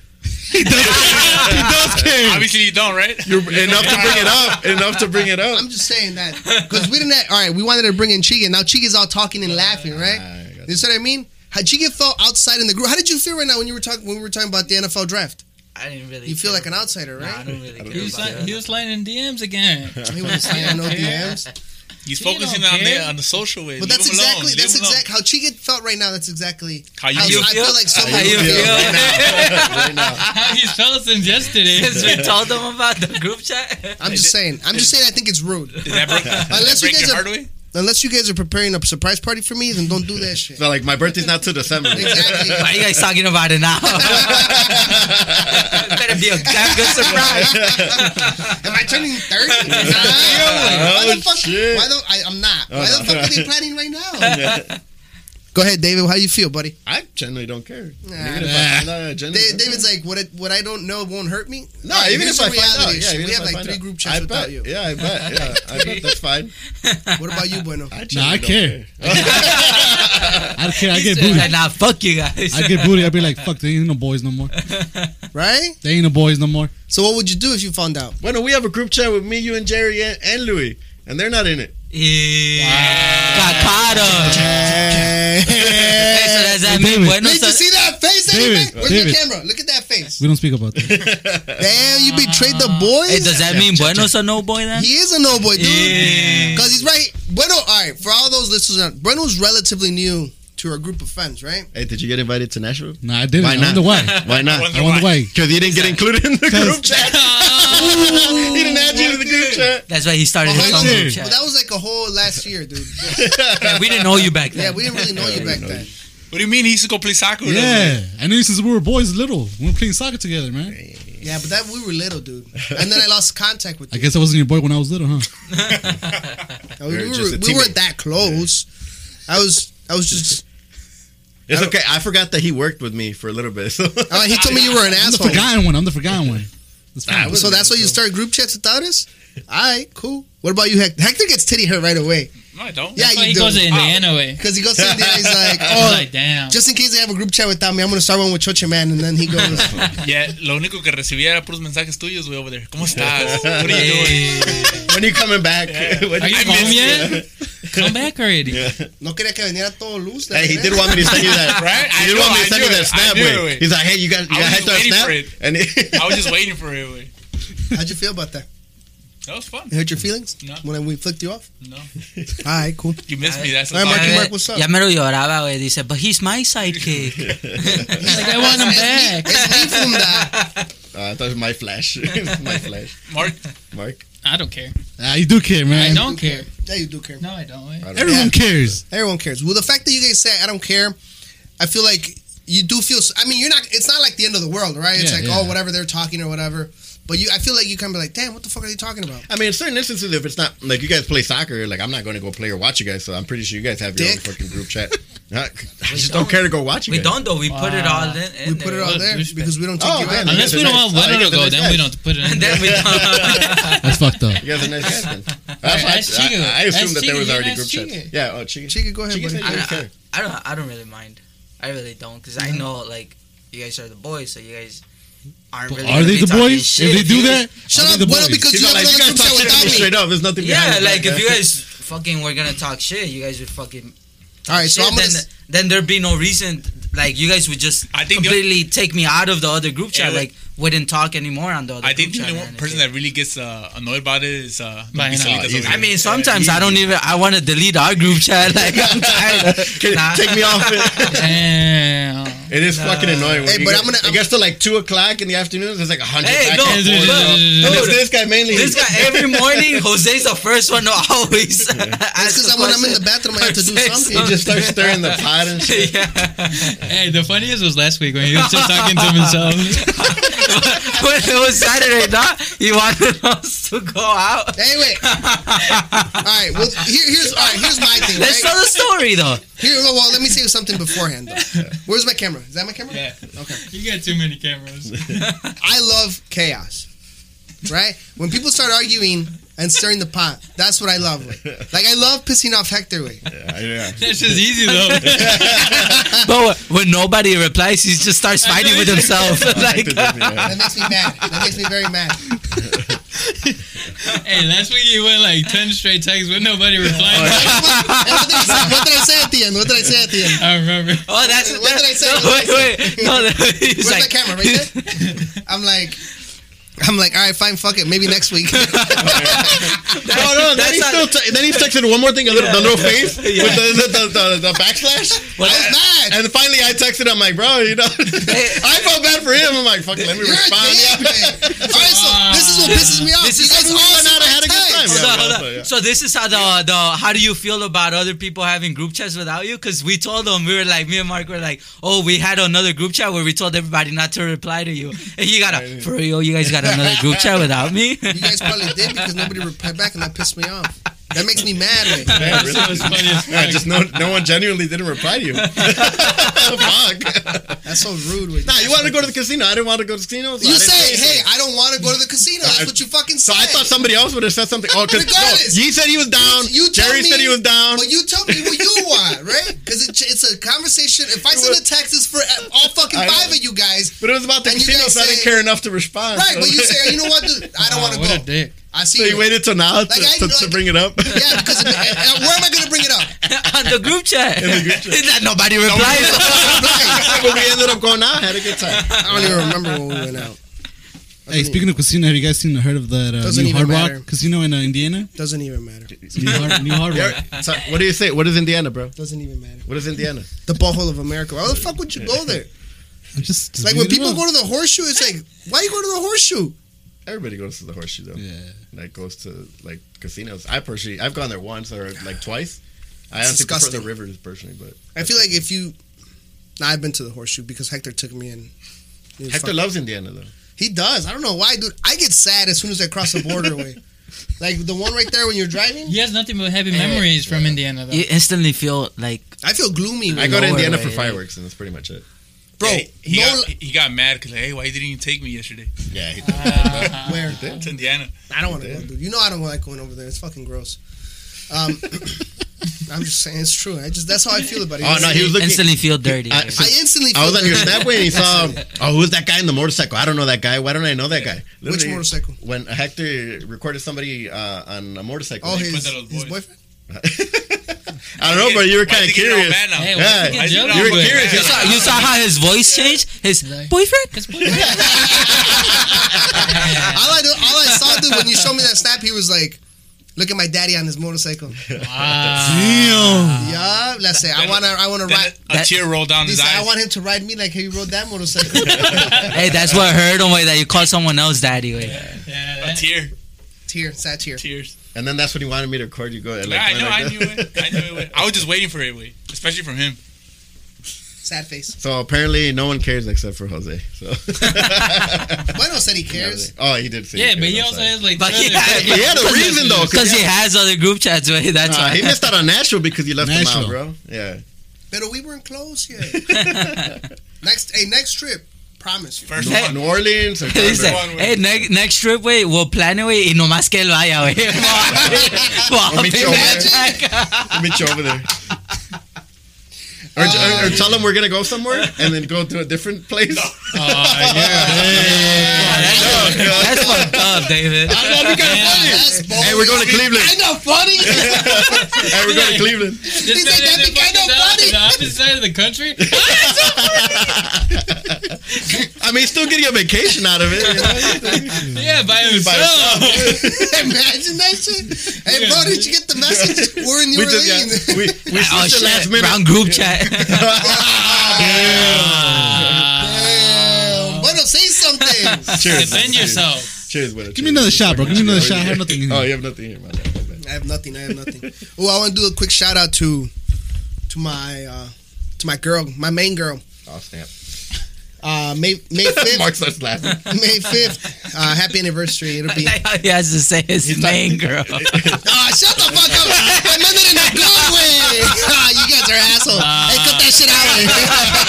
He does. He does care. Obviously you don't, right? You're enough to bring it up. Enough to bring it up. I'm just saying that because we didn't. Have, all right, we wanted to bring in Chiga. Now Chiga's all talking and laughing, right? I got you see what I mean? How Chiga felt outside in the group. How did you feel right now when you were talking when we were talking about the NFL draft? I didn't really. You feel care. like an outsider, Nah, I right? don't really I don't He care was, about li- he that. was sliding in DMs again. He wasn't signing no DMs. He's He focusing don't on the, care. on the social way. But Leave that's him alone. exactly Leave that's him alone. exact how Chica felt right now. That's exactly How you I, feel? I feel like How someone. you feel feel? right now? Right now. he felt since yesterday. Since we told them about the group chat. I'm just saying. I'm just saying. I think it's rude. Did that break, did that Unless you break guys your are- heart away? Unless you guys are preparing a surprise party for me, then don't do that shit. So like my birthday's not till December. Exactly. Why are you guys talking about it now? Better be a damn good surprise. Am I turning thirty? why the Oh, fuck? shit. Oh, Why the, I, I'm not. Why the fuck are they planning right now? Go ahead, David. How you feel, buddy? I generally don't care. Nah. Even if I find out, I Da- generally don't care. David's like, what? It, what I don't know won't hurt me. No, All right, even here's if I the find out, reality yeah, shit. even we if have I like find three out. group I chats without bet. you. Yeah, I bet. Yeah, I bet that's fine. What about you, Bueno? I generally Nah, I don't care. I care. I get Like, booty. nah, fuck you guys. I get booty. I'd be like, fuck, there ain't no boys no more. Right? They ain't no boys no more. So what would you do if you found out? Bueno, we have a group chat with me, you, and Jerry, and, and Louis, and they're not in it. Yeah. Got caught up. Okay, so does that Hey, mean David. Bueno? Did you see that face? David, David, Where's David. your camera? Look at that face. We don't speak about that. Damn, you betrayed the boys. Hey, does that mean Bueno's a no boy then? He is a no boy, dude. Yeah. Because he's right. Bueno, all right, for all those listeners, out- Bueno's relatively new to our group of friends, right? Hey, did you get invited to Nashville? Nah, I didn't. Why I wonder not? why. Why not? Wonder I wonder why. Because you didn't get included in the group chat. he didn't add you to the group chat. That's why he started Well, his own group Well, chat. that was like a whole last year, dude. Yeah, we didn't know you back Yeah, then. we didn't really know you back then. What do you mean he used to go play soccer with us? Yeah, I knew you since we were boys little. We were playing soccer together, man. Yeah, but that we were little, dude. And then I lost contact with I you. guess I wasn't your boy when I was little, huh? I mean, You're we, just were, we a teammate. weren't that close. I was, I was just. It's okay. I forgot that he worked with me for a little bit. So Uh, he told me you were an I'm the asshole. forgotten one. I'm the forgotten one. It's fine. So that's why you start group chats without us. All right, cool. What about you, Hector? Hector gets titty hurt right away No, I don't. Yeah. That's why you he do. goes to Indiana way. because he goes to the and he's like, Oh, "Oh, like, damn. just in case they have a group chat without me, I'm gonna start one with Chocha Man." And then he goes, Yeah, lo único que recibía era puros mensajes tuyos, güey, over there. ¿Cómo estás? What are you doing? when are you coming back? When Are you I home missed yet? Come back already. "No quería que veniera todo loose." Hey, he did want me to send you that. Right? He I did know, want me to I send you knew that it. I snap. knew it, wave. wait. He's like, hey, you got, you got I was hacked on waiting snap. for it. And he- I was just waiting for it, güey. How'd you feel about that? That was fun. It hurt your feelings No. when we flicked you off? No. All right, cool. You missed Ah, me. That's All right, all. Marky Mark, what's up? Ya me lo lloraba, güey. Dice, but he's my sidekick. Like, I want him back. It's me from that. Uh, I thought it was my flash. my flash. Mark, Mark. I don't care. Ah, you do care, man. I don't care. Yeah, you do care. No, I don't. eh? I don't Everyone Yeah. cares. Everyone cares. Well, the fact that you guys say I don't care, I feel like you do feel. s- I mean, you're not. It's not like the end of the world, right? It's Yeah, like yeah. oh, whatever they're talking or whatever. But you, I feel like you kind of be like, damn, what the fuck are they talking about? I mean, in certain instances, if it's not like you guys play soccer, like I'm not going to go play or watch you guys. So I'm pretty sure you guys have your own Dick. fucking group chat. Uh, I just don't care to go watch you We guys. don't though. We put it all in. in We put it there. all Well, there douchebag. because we don't take Oh, you okay. out. You Unless guys are we don't nice. want Oh, you guys are Bueno to go, nice then we guys. don't put it And in. then we That's fucked up. You guys are nice guys. Then. That's Alright, why I- ask Chica. I, I assumed that Ask there Chica. was You already can group ask chat. Chica. Yeah. Oh, Chica. Chica, go ahead, Chica buddy. said you didn't care. I don't. I don't really mind. I really don't because I know like you guys are the boys, so you guys aren't really. Are gonna they be the talking boys? shit if they do you- that, Shut are they up, the Bueno, boys? because She's you have like, you another group guys talk chat shit to me without straight me. up. There's nothing. Yeah, behind it. like if you guys fucking were gonna talk shit, you guys would fucking. All right, so shit, I'm gonna. then, s- then there'd be no reason. Like you guys would just I think the- completely take me out of the other group chat. Yeah, like wouldn't talk anymore on the other. I think the group only chat or one person anything. that really gets uh, annoyed about it is uh, Mine. Giselitas Oh, over easy. there. I mean, sometimes I don't even. I want to delete our group chat. Like I'm tired. Can you Nah. Take me off it. Damn. It is fucking annoying. Hey, when you but get- I'm gonna- It gets to like two o'clock in the afternoon. There's like a hundred. Hey, no, back and forth. look, And it's dude. this guy mainly. This guy every morning, Jose's the first one to always. It's That's because when I'm in the bathroom, I have to do Sex. something. He just starts stirring the pot and shit. Hey, the funniest was last week when he was just talking to himself. when it was Saturday, dog, he wanted us to go out. Anyway, all right. Well, here, here's all right. Here's my thing. Let's Right? tell the story though. Here, well, let me say something beforehand. Though. Where's my camera? Is that my camera? Yeah. Okay. You got too many cameras. I love chaos. Right? When people start arguing and stirring the pot, that's what I love. With. Like I love pissing off Hector with. Yeah, yeah. That's just easy though. But when nobody replies, he just starts fighting with himself. like, That makes me mad. That makes me very mad. hey, last week he went like ten straight texts with nobody replying. Oh, And what, did I say, what did I say at the end? What did I say at the end? I remember. oh, that's What did I say? No, wait, wait, no. that- He's Where's like, my camera? Right there. I'm like, I'm like, all right, fine, fuck it. Maybe next week. No, Oh, no, then that's he, not- still t- then he texted one more thing, a little, the little face with the, the, the, the, the backslash. Well, I was mad. And finally I texted, I'm like, bro, you know, I felt bad for him. I'm like, fuck, let me You're a respond. dick, man. All right, so this is what pisses me off. This you is guys everyone all and I had a good time. Hold Yeah, on, hold yeah, on. yeah. So this is how the the how do you feel about other people having group chats without you? Because we told them we were like me and Mark were like, oh, we had another group chat where we told everybody not to reply to you, and you got a for real, you guys got another group chat without You me. guys probably did because nobody replied back, and that pissed me off. That makes me mad. man. Yeah, really? That was funny as Yeah, fuck. just no, no one genuinely didn't reply to you. Fuck. That's so rude. With Nah, you wanted to go to the casino. I didn't want to go to the casino. so You I didn't say, text hey, I don't want to go to the casino. That's I- what you fucking So said. I thought somebody else would have said something. Oh, because Regardless. he said he was down. you tell Jerry me, said he was down. But you tell me what you want, right? Because it, it's a conversation. If I send a text, it's for e, all fucking I know. five of you guys. but it was about the And you casino, guys so I didn't say- care enough to respond. Right, so- but you say, you know what, dude? I Oh, don't Wow, want to what go. a dick. I see So you. you waited till now to, Like, I- to, to like- bring it up. Yeah, because uh, uh, where am I going to bring it up? on the group chat. the group chat. that nobody replies. but we ended up going out. Had a good time. I don't even remember when we went out. Hey, speaking of casino, have you guys seen heard of that uh, Doesn't new even Hard Rock matter. casino in uh, Indiana? Doesn't even matter. It's new Hard, new hard Rock. So, what do you say? What is Indiana, bro? Doesn't even matter. What is Indiana? The butthole of America. Why the fuck would you go there? I'm just, just Like when bringing people it up. go to the horseshoe, it's like, why you go to the horseshoe? Everybody goes to the horseshoe though. Yeah. Like goes to like casinos. I personally, I've gone there once or like twice. I It's honestly prefer disgusting. the rivers personally, but I feel like if you, nah, I've been to the horseshoe because Hector took me in. He was Hector fuck- loves Indiana though. he does. I don't know why, dude. I get sad as soon as I cross the border away. Like the one right there when you're driving, He has nothing but happy memories from Indiana, though. you instantly feel like I feel gloomy. I When, go to Nowhere, Indiana for right? fireworks, and that's pretty much it. bro, Yeah, he, no, got, he got mad because, like, hey, why didn't you take me yesterday? Yeah, he did. li- where? Mm. It's Indiana. I don't want to He go, did. dude. You know I don't like going over there. It's fucking gross. Um, I'm just saying it's true. I just that's how I feel about it. Oh, no, he was looking. instantly feel dirty. I- I instantly. Feel I was on your dirty. that way, and he saw. Oh, who's that guy in the motorcycle? I don't know that guy. Why don't I know that guy? Which Literally, motorcycle? When Hector recorded somebody uh, on a motorcycle. Oh, He put his, that on his boys. boyfriend. I don't know, but you were Why kind of did he get all curious. mad now? Hey, why Yeah, did he get You jumped you were with? curious. you, saw, you saw how his voice changed. His Like- boyfriend. That's bullshit. all I do, all I saw, dude, when you showed me that snap, he was like, "Look at my daddy on his motorcycle." Ah, Damn. Oh. yeah, let's say I wanna, I wanna Then ride. a That- tear rolled down He his said, "I eyes. want him to ride me like he rode that motorcycle." Hey, that's what I heard on way that you call someone else daddy. Way. A tear. tear, sad tear. Tears. And then that's when he wanted me to record you. Go. Like, Yeah, I went know. like I that. knew it. I knew it. would. I was just waiting for it, wait. especially from him. Sad face. So apparently, no one cares except for Jose. So. Bueno said he cares. oh, he did say. Yeah, but cares, he I'm also sorry. has like. But two yeah, other- he had a reason though, Because he has other group chats, way. That's Uh, why. he missed out on Nashville because you left him out, Nashville. bro. Yeah. But we weren't close yet. next, hey, next trip, promise you. First Hey. one. New Orleans. Or He said, one hey, way. ne- next trip, way, we'll plan it, way, y nomás que él vaya, way. We'll meet you Wow, Let me meet you over there. Or, or, or tell him we're gonna go somewhere and then go to a different place. That's fucked up, David. That'd be kind of funny. That's bold. Hey, we're going to Cleveland. Kind of funny. Hey, we're going to Cleveland. This said guy that'd lives be in kinda fucking the- funny. The opposite side of the country. I mean, still getting a vacation out of it. you know? Yeah, by himself. himself. Imagine that shit. Hey, bro, did you get the message? We're in New We just Orleans. got, we, we Oh, switched shit. the last minute. Round group chat. Damn. Bueno, say something. Cheers. Defend Cheers. yourself. Cheers, brother. Give me another shot, bro. Give me another shot. I have nothing in Oh, here. you have nothing here, my bad. my bad. I have nothing. I have nothing. Oh, I want to do a quick shout out to to my uh, to my girl, my main girl. Oh, snap. Uh, May May fifth. Mark starts laughing. May fifth. Uh, happy anniversary. It'll be. Like how he has to say his name, girl. Ah, shut the fuck up! I meant it in a good way. Ah, you guys are assholes. hey, cut that shit out. Way.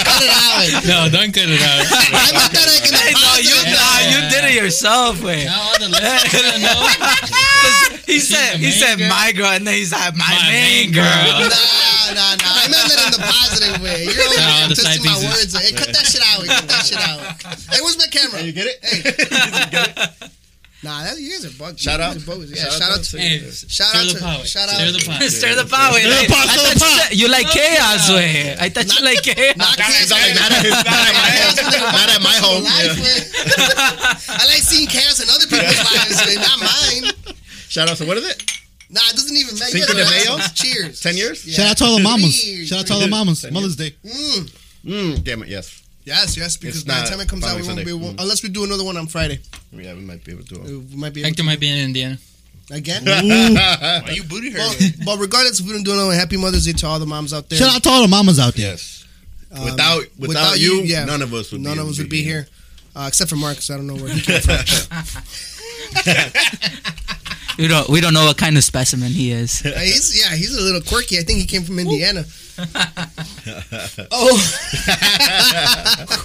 cut it out. Way. No, don't cut it out. I meant that like in the Hey, no, you, positive. nah, you did it yourself, way. Now all the listeners know. 'Cause He said, the he main said, girl. my girl, and then he's like, my, My main main girl. Nah, girl. nah, nah. I meant it in the positive way. You're over Nah, here the side twisting my words. pieces. Hey, cut that shit out. Way. Cut that shit out. Hey, where's my camera? You get it? Hey. Nah, that, you guys are bugged. Shout you out. guys are bogus. Yeah, shout, out to. Hey, Shout stir out the to- pot. shout Stir out the to- pot. Stir the pot. wait, Stir the wait. pot, I stir thought the you pot. said- You like chaos, way. I thought you like chaos. Not chaos. Sound like not at, not at my, Oh, not Life, at my home. Yeah. man. I like seeing chaos in other people's lives, man, not mine. Shout out to what is it? Nah, it doesn't even matter. Cinco de Mayo? Cheers. Ten years? Yeah. Shout out to all the Three, mamas. Shout out to all the three. mamas. Ten Mother's Day. Mm. Mm, damn it, yes. Yes, yes, because It's by the not time it comes out, we won't following be, Sunday. won't- unless we do another one on Friday. Yeah, we might be able to. We might be able Hector might be in Indiana. to- again. Why you booty her? Well, but regardless, if we don't do another one, happy Mother's Day to all the moms out there. Shout out to all the mamas out there. yes. Um, Without, without you, none of us would none be of able us to would be here, uh, except for Mark. 'cause I don't know where he came from. We don't. We don't know what kind of specimen he is. Uh, he's, yeah, he's a little quirky. I think he came from Indiana. oh,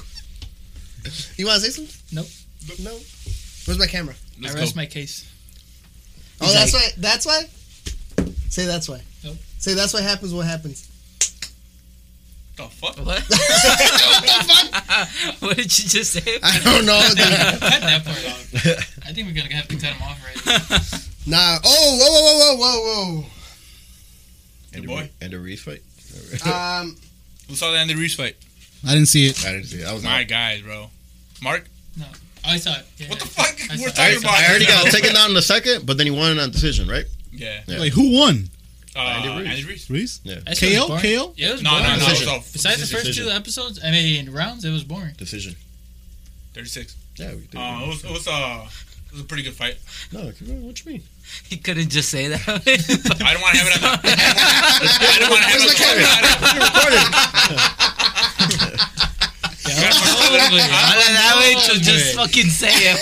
you want to say something? Nope. No. Where's my camera? Let's I rest go. my case. Oh, that's why. That's why. Say that's why. Nope. Say that's what happens. What happens? What the fuck? What? what did you just say? I don't know. dude. Cut that part out. I think we're gonna have to cut him off right. nah. Oh, whoa, whoa, whoa, whoa, whoa, And Your the boy. Re- And the Reese fight. whoa. Um, Who saw the Andy Reese fight? I didn't see it. I didn't see it. I was My like, guys, bro. Mark, Oh, I saw it. Yeah, what the yeah. fuck? I We're saw- talking about. I already got this. taken down in the second, but then he won on decision, right? Yeah. Yeah. Like who won? Uh, Andy Ruiz. Andy Reese. Reese? That shit was KO? boring. KO? Yeah, it was No, boring. no, no. Decision. it was a- Besides the first Decision. two episodes, I mean rounds, it was boring. Decision. Thirty-six. Yeah, we did. Uh, it was. It was. Uh, it was a pretty good fight. no, what you mean? He couldn't just say that. I don't want to have it. On the, I don't want to have it. On the You recorded. I like that way to just Dude. fucking say it.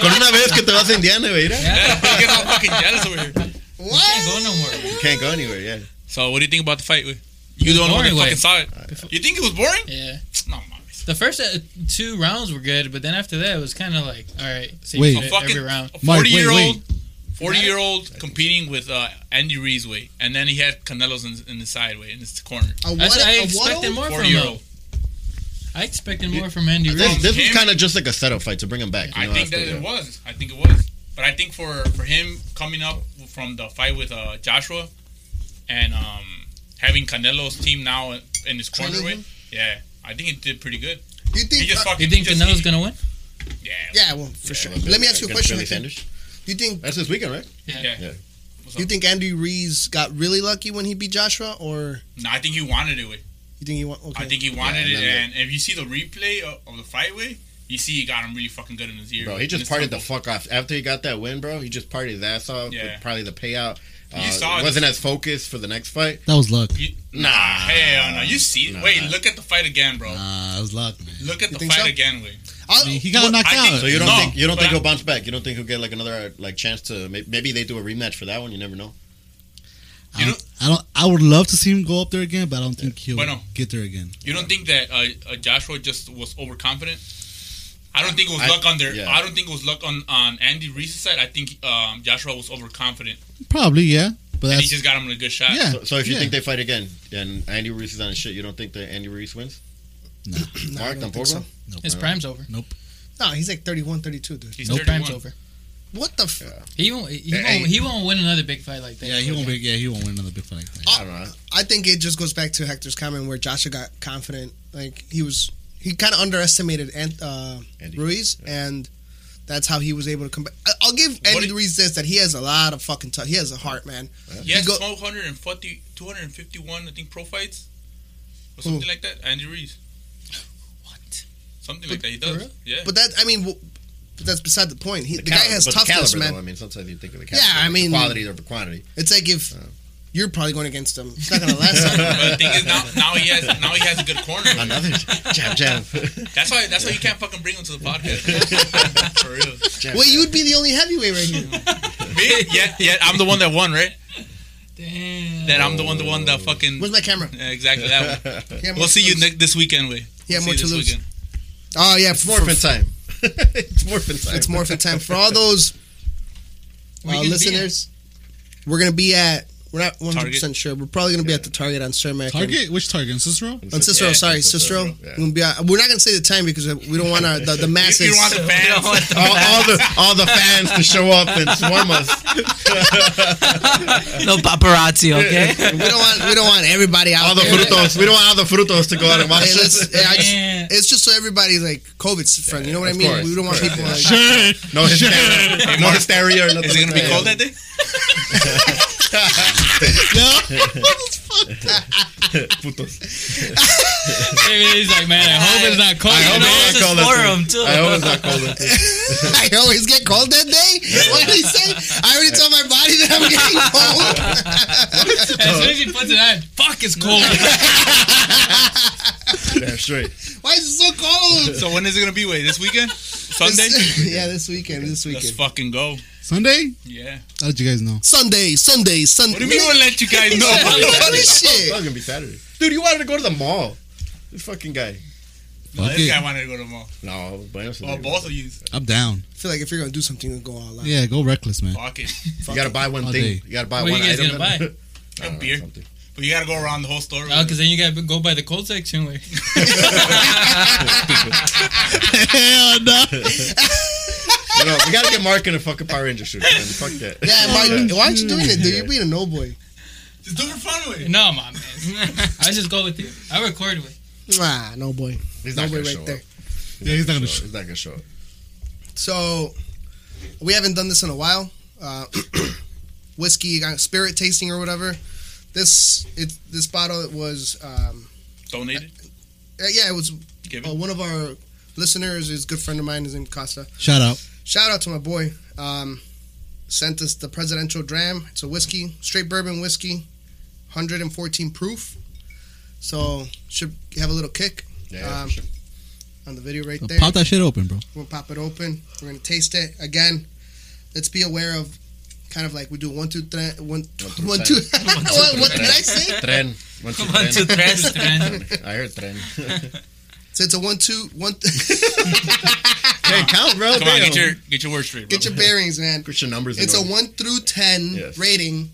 wey. Con una vez- eh, Con una vez que te vas a Indiana, güey, mira. yeah, get all fucking jealous over here. what? Can't go no more. You can't go anywhere, yeah. So, what do you think about the fight? With you the one who boring, fucking wait. saw it. You think it was boring? Yeah, No, mames. the first uh, two rounds were good, but then after that, it was kind of like, all right, same Wait. A shit fucking every round. a Mike, wait, forty-year-old, forty-year-old competing with uh, Andy Reese, way, and then he had Canelo's in, in the side way, in his corner. A That's what? what I A expected what? more from him. Forty-year-old. I expected more from Andy This, Reid. this was Him- kind of just like a setup fight to bring him back. you I know, think that after, it yeah. was. I think it was. But I think for for him coming up from the fight with uh, Joshua and um, having Canelo's team now in, in his corner Training with, yeah, I think it did pretty good. You He think? just uh, fucking. You think he just- Canelo's he- gonna win? Yeah. yeah, well, for sure. Yeah, well, Let me ask you a against question. Billy Hector. Sanders. You think? That's this weekend, right? Yeah. Yeah. You think Andy Reese got really lucky when he beat Joshua, or No, I think he wanted it. With. you think he won? Okay. I think he wanted Yeah, it, and then and if you see the replay of, of the fight with, you see he got him really fucking good in his ear. Bro, he In his just partied the temple. fuck off after he got that win, bro. He just partied his ass off. Yeah. With probably the payout. Uh, You saw it. wasn't as focused for the next fight. That was luck. You- Nah. nah, hell no. You see, Nah. wait, look at the fight again, bro. Nah, that was luck, man. Look at the think fight so? again, with. I'll- He got what- knocked I think- out. So you don't No, think you don't but think I- he'll bounce back? You don't think he'll get like another like chance to may- maybe they do a rematch for that one? You never know. I, don't, I don't. I would love to see him go up there again, but I don't think he'll Bueno. get there again. You don't think that uh, uh, Joshua just was overconfident? I don't think it was I- luck on their. yeah. I don't think it was luck on, on Andy Reese's side. I think um, Joshua was overconfident, Probably, yeah. But and he that's just got him in a good shot. yeah. So, so if you yeah. think they fight again and Andy Reese is on his shit, you don't think that Andy Reese wins? No. No, I Mark don't think tampoco. so. His prime's over. No, he's like 31, 32, dude. He's His prime's 31. over. What the fuck? He won't. He Yeah, won't. hey. He won't win another big fight like that. yeah, he won't. Be, yeah, he won't win another big fight. Like that. I don't know. I think it just goes back to Hector's comment where Joshua got confident. Like he was, he kind of underestimated Ant, uh, Andy. Ruiz, and that's how he was able to come back. I- I'll give Andy do- Ruiz this that he has a lot of fucking. T- he has a heart, man. He has He go- 240 251, I think, pro fights or something Who? like that. Andy Reese. What? Something like But that. He for does. real? Yeah. But that, I mean, w- but that's beside the point. He, the, guy cal- has but toughness, caliber, man. Though, I mean, sometimes you think of the Yeah, caliber, I the mean- quality over quantity. It's like if you're probably going against him, it's not gonna last. but the thing is, now, now he has now he has a good corner. Another jab, jab, That's why that's why you can't fucking bring him to the podcast. For real. jab. Well, you would be the only heavyweight right here. Me? Yeah, yeah. I'm the one that won, right? Damn. That I'm the one, the one that fucking. Where's my camera? Yeah, exactly that one. He had more We'll see you lose. ne- this weekend, way. Yeah, we'll more see you to this lose. weekend. Oh yeah, It's for- morphin' time. it's morphin' time. It's morphin' time for all those Where uh, you gonna be listeners. We're gonna be at We're not 100 percent sure. We're probably gonna be at the target on Cermak. Target? Which target? Cicero? And, on Cicero, Yeah, sorry, Cicero. yeah. We're, gonna be at- we're not gonna say the time because we don't want our, the, the masses. You want the fans? all, all the all the fans to show up and swarm us. no paparazzi, okay? we don't want we don't want everybody out All the there. frutos. We don't want all the frutos to go out and watch Hey, us. let's- yeah, I just- it's just so everybody's like COVID's friend. You know what I of mean? course. We don't want people like. Sure. No hysteria. no hysteria. Or nothing Is it gonna like be cold that day? Putos. He's like, man, I hope it's not cold. I hope no, it's it's not a called that forum, too. too. I hope it's not called that too. I always get cold that day. What did he say? I already told my body that I'm getting cold. As soon as he puts it on, fuck, it's cold. Damn straight. Why is it so cold? So when is it gonna be? Wait, this weekend? Sunday? This- yeah, this weekend. This Let's weekend. fucking go. Sunday? Yeah. I'll let you guys know. Sunday, Sunday, Sunday. What do you mean we'll let you guys know? Holy That shit! was gonna be Saturday. Dude, you wanted to go to the mall. This fucking guy. No, Okay. this guy wanted to go to the mall. No, Buenos Oh, Aires. both of you. I'm down. I feel like if you're gonna do something, then go all out. Yeah, go reckless, man. Fuck it. You gotta buy one All thing. day. You gotta buy What are one you guys item. gonna buy? I don't know, Beer. something. But you gotta go around the whole store. Oh, because then you gotta go by the cold section. Where Hell no. You know, we gotta get Mark in a fucking Power Ranger suit. man. Fuck that. Yeah, why, why aren't you doing it, dude? You're being a no boy. Just do it for fun with it. no, my man. I just go with you. I record with. Ah, no boy. He's No not boy gonna right show up. there. Yeah, he's not gonna show show up. He's not gonna show up. So, we haven't done this in a while. Uh, whiskey, uh, spirit tasting, or whatever. This it this bottle was um, Donate it. uh, yeah it was Give uh, it. one of our listeners is a good friend of mine. His name Costa. Shout out. Shout out to my boy. Um, sent us the Presidential Dram. It's a whiskey, straight bourbon whiskey, 114 proof. So should have a little kick Yeah, yeah, Um, for sure. on the video right there. Pop that shit open, bro. We'll pop it open. We're gonna taste it again. Let's be aware of kind of like we do one, two, three, one, through one, two. what, what did I say? Tren. One, two, One, two, tren. tres. I heard tren. So it's a one, two, one. Hey, count, bro. Come on, damn. get your get your words straight, bro. Oh, get your bearings, man. Get your numbers. in It's a order. one through ten Yes. rating.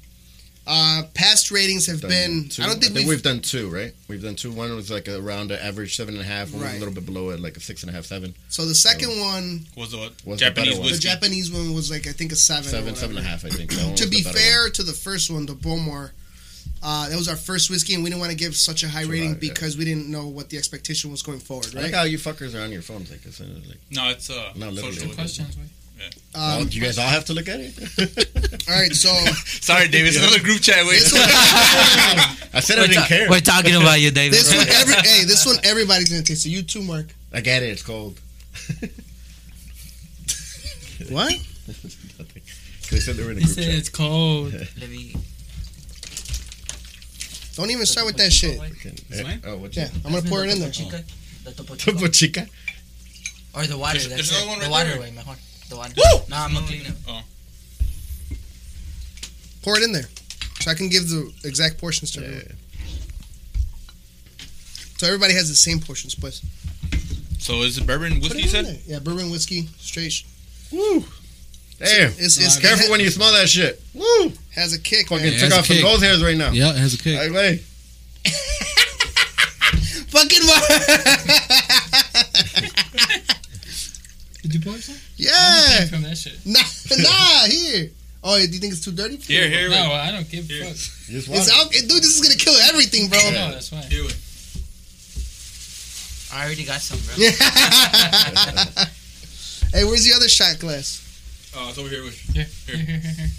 Uh, past ratings have Done been. two. I don't think, we've, we've done two, right? We've done two. One was like around the average seven and a half. One was Right. a little bit below it, like a six and a half, seven, So the second one, Was the What's the Japanese better one? the whiskey? Japanese one was like I think a seven. or seven, whatever. seven and a half. I think. That one was To the be better fair to the first one, the Bowmore, uh, that was our first whiskey, and we didn't want to give such a high Too rating high, yeah. because we didn't know what the expectation was going forward, one. I like right? how you fuckers are on your phones, like this. and it's Like, No, it's uh, No, literally. social. Questions. Wait. oh, Um, do you guys all have to look at it. all right, so Sorry, David. It's another group chat. Wait. this one, I said I We're, didn't ta- care. we're talking about you, David. this one, every hey, this one everybody's gonna taste it. You too, Mark. I get it. It's cold. What? They said they were in a He group said chat. it's cold. Let me- Don't even start with that shit. Fucking- This eh, way? Oh, what? Yeah, I'm gonna pour it in there. Topo Chica, the Topo Chico. Topo chica. Or the water. There's- that's there's another it. one the right water there. way, mejor. The water. Woo! Oh, No, I'm gonna clean it. Pour it in there, so I can give the exact portions to Yeah, everyone. So everybody has the same portions, please. So is it bourbon Put whiskey? it You in said there. Yeah, bourbon whiskey, straight. sh- Woo. Damn. Uh, It's, it's Careful when you smell that shit. Woo. has a kick. Fucking man. Yeah, took that's off some kick. nose hairs right now. Yeah, it has a Hey, hey. kick. Fucking Did you pour some? yeah. From that shit. Nah, nah, here. Oh, do you think it's too dirty? here, here, No, wait. I don't give Here. a fuck. You just It's water. out, dude. This is gonna kill everything, bro. No, that's why. here. wait. I already got some, bro. hey, where's the other shot glass? Oh, it's over here. Wait. Here, here, here, here.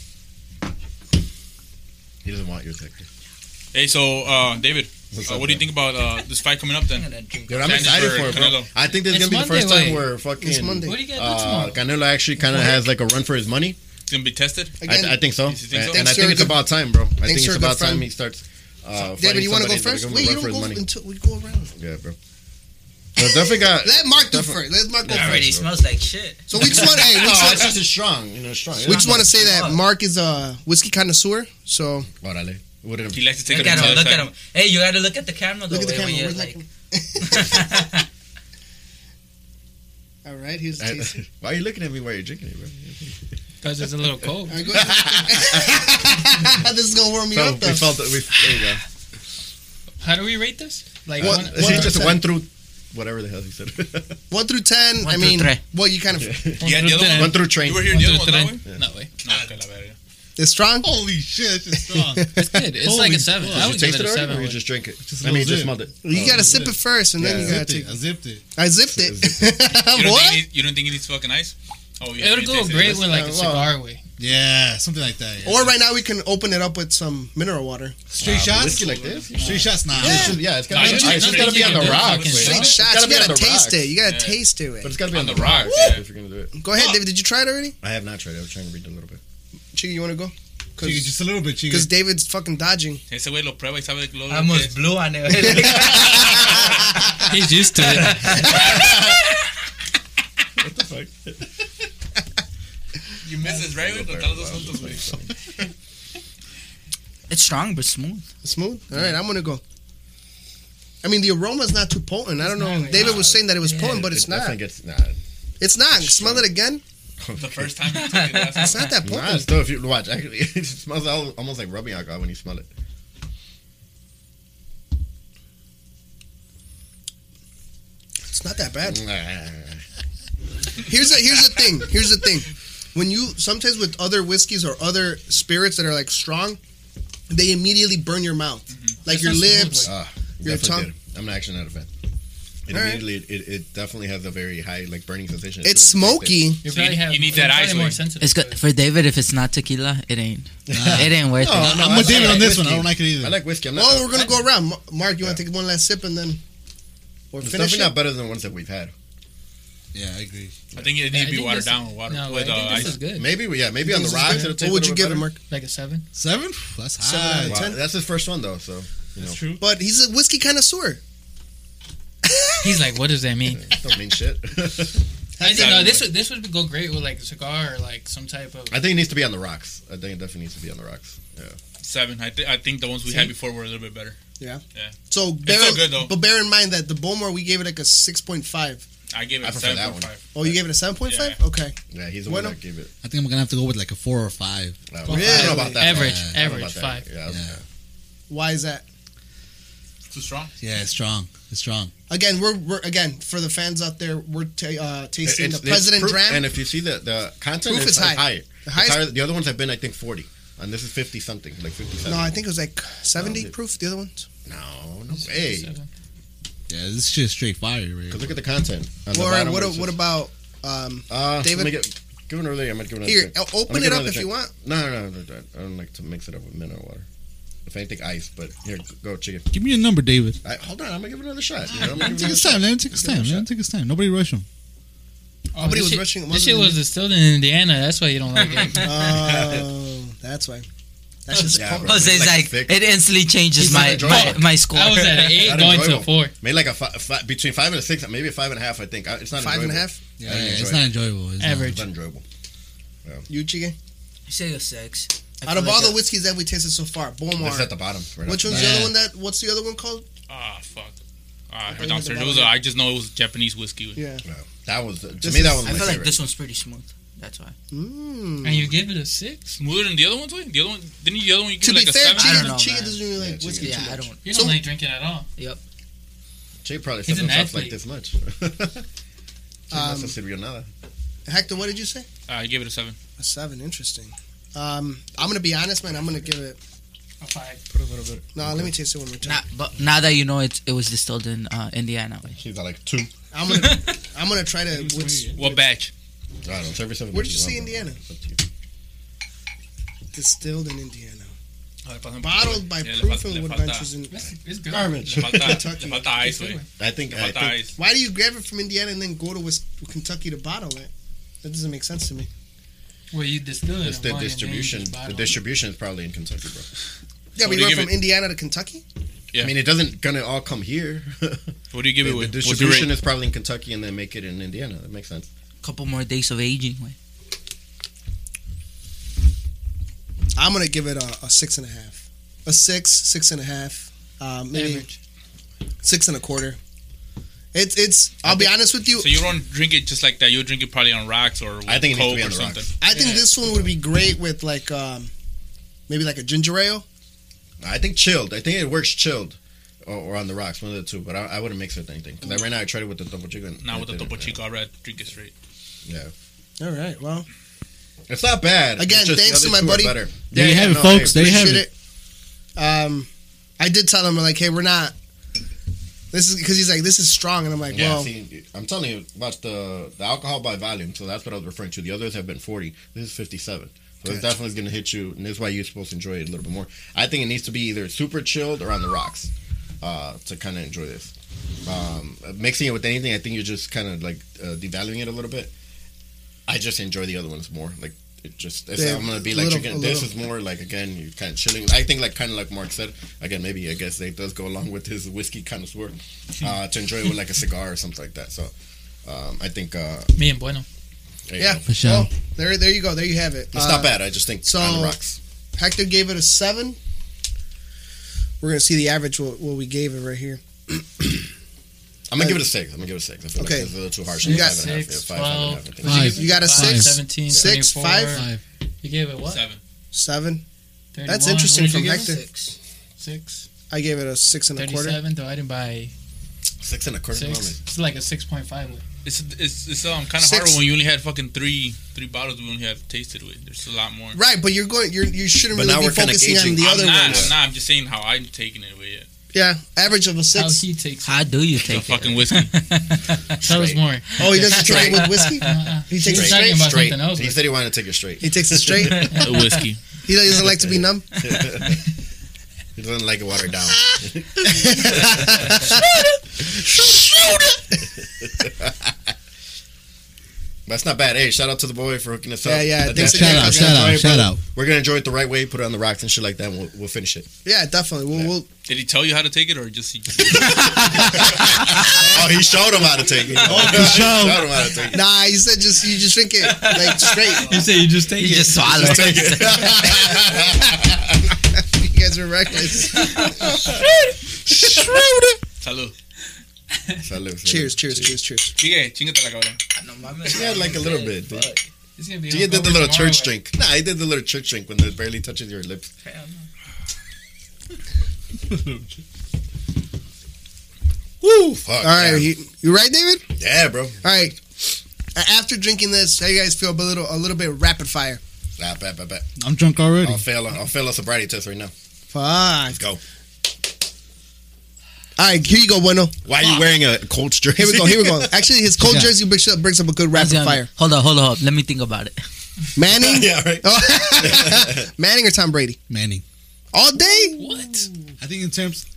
He doesn't want your sector. Hey, so uh, David, What's uh, up, what do you think about uh, this fight coming up I'm then? gonna drink. Dude, I'm Sanders excited for for it, bro. Canelo. I think this is It's gonna be the Monday, first time wait. where fucking It's Monday. What do you got to do uh, tomorrow? Canelo actually kind of has like a run for his money. It's gonna be tested. Again, I, I think so, You think so? and, and I Thanks, sir, think it's good- about time, bro. I think sir, it's good about time friend. he starts. Uh, David, fighting you want to go somebody that's first? gonna Wait, you run for don't his go money. until we go around. Yeah, bro. But definitely got. Let Mark do Defi- first. Let Mark go It first. already smells like shit. So we just want, hey, we just Oh, want- it's just as strong, you know, strong. we just want to say that Fuck. Mark is a whiskey connoisseur. So Orale. What did He likes to take Look it at to the him. other Look at side. him. Hey, you gotta look at the camera. look at the though, when camera. you're, Where's like- Mark? All right, here's the taste. Why are you looking at me while you're drinking it, bro? because it's a little cold. All right, go ahead. this is gonna warm me So up though. we felt that we. There you go. How do we rate this? Like Uh, one, it's one just through one through whatever the hell he said. One through ten. One I through mean, three. well, you kind of Yeah, the other one one. through train. You were here the other one, that two, three. way? No way. No, okay, la verga. it's strong. Oh, Holy shit, it's strong. It's good. It's Holy like a seven. fuck. I Did you would give taste it it a already, or seven. you would- just drink it? Just I mean, you little bit. just smelled it. You gotta Oh, sip yeah. it first, and then Yeah, you gotta zipped take. it. I zipped it. I zipped it. You don't, what? Think it, need- you don't think it needs fucking ice? Oh, yeah. It would go great with like uh, a well, cigar way. Yeah, something like that. yeah. Or right now we can open it up with some mineral water. straight Wow, shots. whiskey like this? Straight shots, nah. It's just- Yeah, it's gotta No, be you on ice. just- It's you gotta be can't on the do it. rocks. Fucking bro. Take Well, It's shots. gotta You be on gotta the taste rocks. it. You gotta Yeah. taste to But it. it's gotta be on On the the rocks rocks, if you're gonna do it. Go ahead, David. Did you try it already? I have not tried it. I was trying to read a little bit. Chica, you wanna go? Chica, just a little bit, chica. Because David's fucking dodging. Ese güey lo prueba y sabe lo I almost que- blew on it. He's used to it. What the fuck? You missed this, right? güey? Con todos los juntos, güey. it's strong but smooth. Smooth. All right, I'm gonna go. I mean, the aroma's not too potent. I don't know. not like- David was saying that it was potent, but It it's definitely not. gets nah. It's not. Smell it again. The first time you took it, that's It's not that Nah, it's potent. still if you watch, actually, it smells al- almost like rubbing alcohol when you smell it. It's not that bad. Nah. Here's the here's the thing. Here's the thing. When you sometimes with other whiskeys or other spirits that are like strong, they immediately burn your mouth, like It's your not smooth, lips. like- Ah, Your definitely tongue? did. I'm actually not a fan. It All right. immediately, it, it definitely has a very high like burning sensation. It's feels like this. smoky. You So you- probably have. you need you're that probably ice more wing. sensitive. It's good for David. If it's not tequila, it ain't. It ain't worth No, it. no, I'm I with David like on this one. I whiskey. don't like it either. I like whiskey. I'm not. Well, Oh, we're I- gonna go around. Ma- Mark, you want to take one last sip and then or It's finish definitely it? not better than the ones that we've had. Yeah, I agree. I think it Yeah, I needs to be think watered this- down with water. No, I with, uh, think this ice. is good. Maybe, yeah, maybe on the This is rocks. good. it'll taste What a would you little give bit it, better. Mark? Like a seven. Seven? That's Seven high. out of Wow, Ten? that's his first one though, so you know, true. But he's a whiskey connoisseur. He's like, what does that mean? don't mean shit. I think Exactly. no, this would this would go great with like a cigar or like some type of. I think it needs to be on the rocks. I think it definitely needs to be on the rocks. Yeah, Seven. I, th- I think the ones we had before were a little bit better. So bear, still good, though. but bear in mind that the Bowmore we gave it like a six point five. I gave it I a prefer that one. 7.5. Oh, you gave it a seven point five? Yeah. Okay. yeah, he's the Bueno. one that gave it. I think I'm gonna have to go with like a four or five. Uh, Really? I don't know about that. Average, I don't know average, about that. five. Yeah, I was- Yeah. Why is that? Too strong? Yeah, it's strong. It's strong. Again, we're, we're again for the fans out there, we're ta- uh, tasting It's- the it's President proof- Dram. And if you see the the content, Proof it's is high. higher. the It's highest. higher- The other ones have been, I think, forty, and this is fifty something, like fifty-seven. no, I think it was like seventy dude. proof. The other ones. No, no way. Seven. Yeah, this shit is straight fire, right? Because look at the content. On the Well, all right, bottom, what, it says- what about um, uh, David? David? Let me get, give it another. I'm gonna give it another. here? drink. uh, I'm gonna Open give it up another if you drink. want. No, no, no, no, I don't like to mix it up with mineral water. If anything, ice. But here, go chicken. Give me your number, David. I, hold on, I'm gonna give it another shot. You know, I'm gonna Let him give it take his another time. Let him take his Give it a time. Let him shot. take his time. Nobody rush him. Oh, Nobody this was shit- rushing it, This shit wasn't was distilled in Indiana. That's why you don't like it. Oh, that's why. That's just Yeah, cold. bro. Jose's Like like, thick. it instantly changes He's my, enjoying my it. my score. I was at an eight Not going to a enjoyable. four. Made like a fi fi between five and a six, maybe a five and a half. I think I- it's not five and a enjoyable. half. Yeah, I it's enjoy not enjoyable. It's not. Average. It's not enjoyable. You chicken. You say a six. I Out of feel all like the whiskeys that we tasted so far, It's at Beaumont. the bottom. Right Which off one's the the Yeah. other one that? What's the other one called? Ah, fuck. Ah, I thought you heard downstairs. said It that was, one. uh, I just know it was Japanese whiskey. güey. Yeah. bat. That was to This me. That is- was I feel my like favorite. this one's pretty smooth. That's why. And Mm. you give it a six? Smoother than the other ones, güey? The other one, didn't the other one you To give be like a fair, seven? I don't Chica, know, Chica man. doesn't really like Yeah, whiskey Yeah, too I much. don't. You So- don't like drinking at all. Jay probably He's set an himself like athlete. this much. She Um, must have said real nada. Hector, what did you say? Ah, I gave it a seven. A seven. Interesting. Um, I'm gonna be honest, man. I'm gonna give it. A five. Put a little bit. No, let me taste it one more time. Now, but now that you know it, it was distilled in uh, Indiana. Like. She's at like two. I'm gonna. I'm gonna try to. What's, What batch? I don't know. It's every seven. Where did minutes you see want, Indiana? but it's up to you. distilled in Indiana, bottled Bottled by Proof and Wood Ventures in. It's good. Garbage. Le falta, Kentucky. le falta ice, güey. I think. Le I falta think. ice. Why do you grab it from Indiana and then go to Wis- Kentucky to bottle it? That doesn't make sense to me. Well, you distill it. It's in the wine and then you distribution. just The bottle it. distribution is probably in Kentucky, bro. Yeah, What we do you went give from Indiana to Kentucky. Yeah. I mean, it doesn't gonna all come here. What do you give the, it, the with? distribution is probably in Kentucky, and then make it in Indiana. That makes sense. couple more days of aging. Like. I'm gonna give it a, a six and a half, a six, six and a half, um, maybe Average. six and a quarter. It's it's. I'll be honest with you. So you don't drink it just like that. You drink it probably on rocks or with I think it needs to coke be on or the something. rocks. I think this one would be great with like um, maybe like a ginger ale. I think chilled. I think it works chilled. Or, or on the rocks, one of the two. But I, I wouldn't mix it with anything. Because right now I tried it with the double chicken. Not with the double topo chico. I'd rather drink it straight. All right. Well, It's not bad. Again, It's just the thanks to other my two are buddy. better. There Yeah, you yeah, have it, no, folks. I There you have appreciate it. it. Um, I did tell him like, hey, we're not. This is because he's like, this is strong, and I'm like, Yeah, well, see, I'm telling you about the, the alcohol by volume. So that's what I was referring to. The others have been 40. This is 57. So it's definitely going to hit you, and that's why you're supposed to enjoy it a little bit more. I think it needs to be either super chilled or on the rocks uh, to kind of enjoy this. Um, mixing it with anything, I think you're just kind of like uh, devaluing it a little bit. I just enjoy the other ones more. Like it just, it's, Yeah, I'm gonna be a like little- chicken. a This is little. more like again, you kind of chilling. I think like kind of like Mark said. Again, maybe I guess it does go along with his whiskey connoisseur uh, to enjoy it with like a cigar or something like that. So um, I think uh, Me and Bueno. there you yeah, go. For sure. Well, there, there you go. There you have it. it's Uh, not bad. I just think so- on the rocks. Hector gave it a seven. We're gonna see the average what, what we gave it right here. I'm gonna give it a six. I'm gonna give it a six. I feel Okay. like it's a little too harsh. You Like got five and a half. six, Yeah, five, five and a half, I think. Five. You got a six, 17, six, 24. five. Five. You gave it what? Seven. Seven. 31. That's interesting What did from you give Hector. it? Six. I gave it a six and a quarter. 37, divided by Six and a quarter. six. Six. It's like a 6.5. It's it's, it's um kind of Six. harder when you only had fucking three three bottles. We only have tasted with. There's a lot more. Right, but you're going. You're, you shouldn't But now really be we're kinda focusing on gauging- the I'm other not. ones. I'm not. I'm just saying how I'm taking it uh, away. Yeah, average of a How six. he takes it. How do you The take fucking it? whiskey. Tell us more. Oh, he doesn't drink Straight. with whiskey. He takes it He's straight. talking about Straight. something else. He but- said he wanted to take it straight. He takes it straight. whiskey. He doesn't like to be numb. He doesn't like it watered down. That's not bad. Hey, shout out to the boy for hooking us up. Yeah, yeah, But thanks to that's- Shout Yeah, out, okay, shout sorry, out, shout but out. We're gonna enjoy it the right way. Put it on the rocks and shit like that. And we'll, we'll finish it. Yeah, definitely. We'll, we'll Did he tell you how to take it or just? He Oh, he showed him how to take it. Oh, he showed him how to take it. Nah, you said just you just drink it like straight. You say you just take it. You just swallow it. You guys are reckless. Salud. Salud, salud. cheers, cheers, cheers, cheers. Sigue, chingate la cabrón. He had like a little bit. dude. He's gonna be He did hungover the little tomorrow, church like- drink. Nah, he did the little church drink when it barely touches your lips. Woo! Fuck. All right, yeah. you, you right, David? yeah, bro. All right. A- After drinking this, how you guys feel? A little, a little bit rapid fire. Nah, bet, bet, bet. I'm drunk already. I'll fail. I'll fail a sobriety test right now. Fuck. Let's go. All right, here you go, Bueno. Why are you wearing a Colts jersey? Here we go. Here we go. Actually, his cold Yeah. jersey brings up, brings up a good rapid fire. Hold on, hold on, hold on. Let me think about it. Manning, yeah, right. oh, Manning or Tom Brady? Manning. All day. What? I think in terms.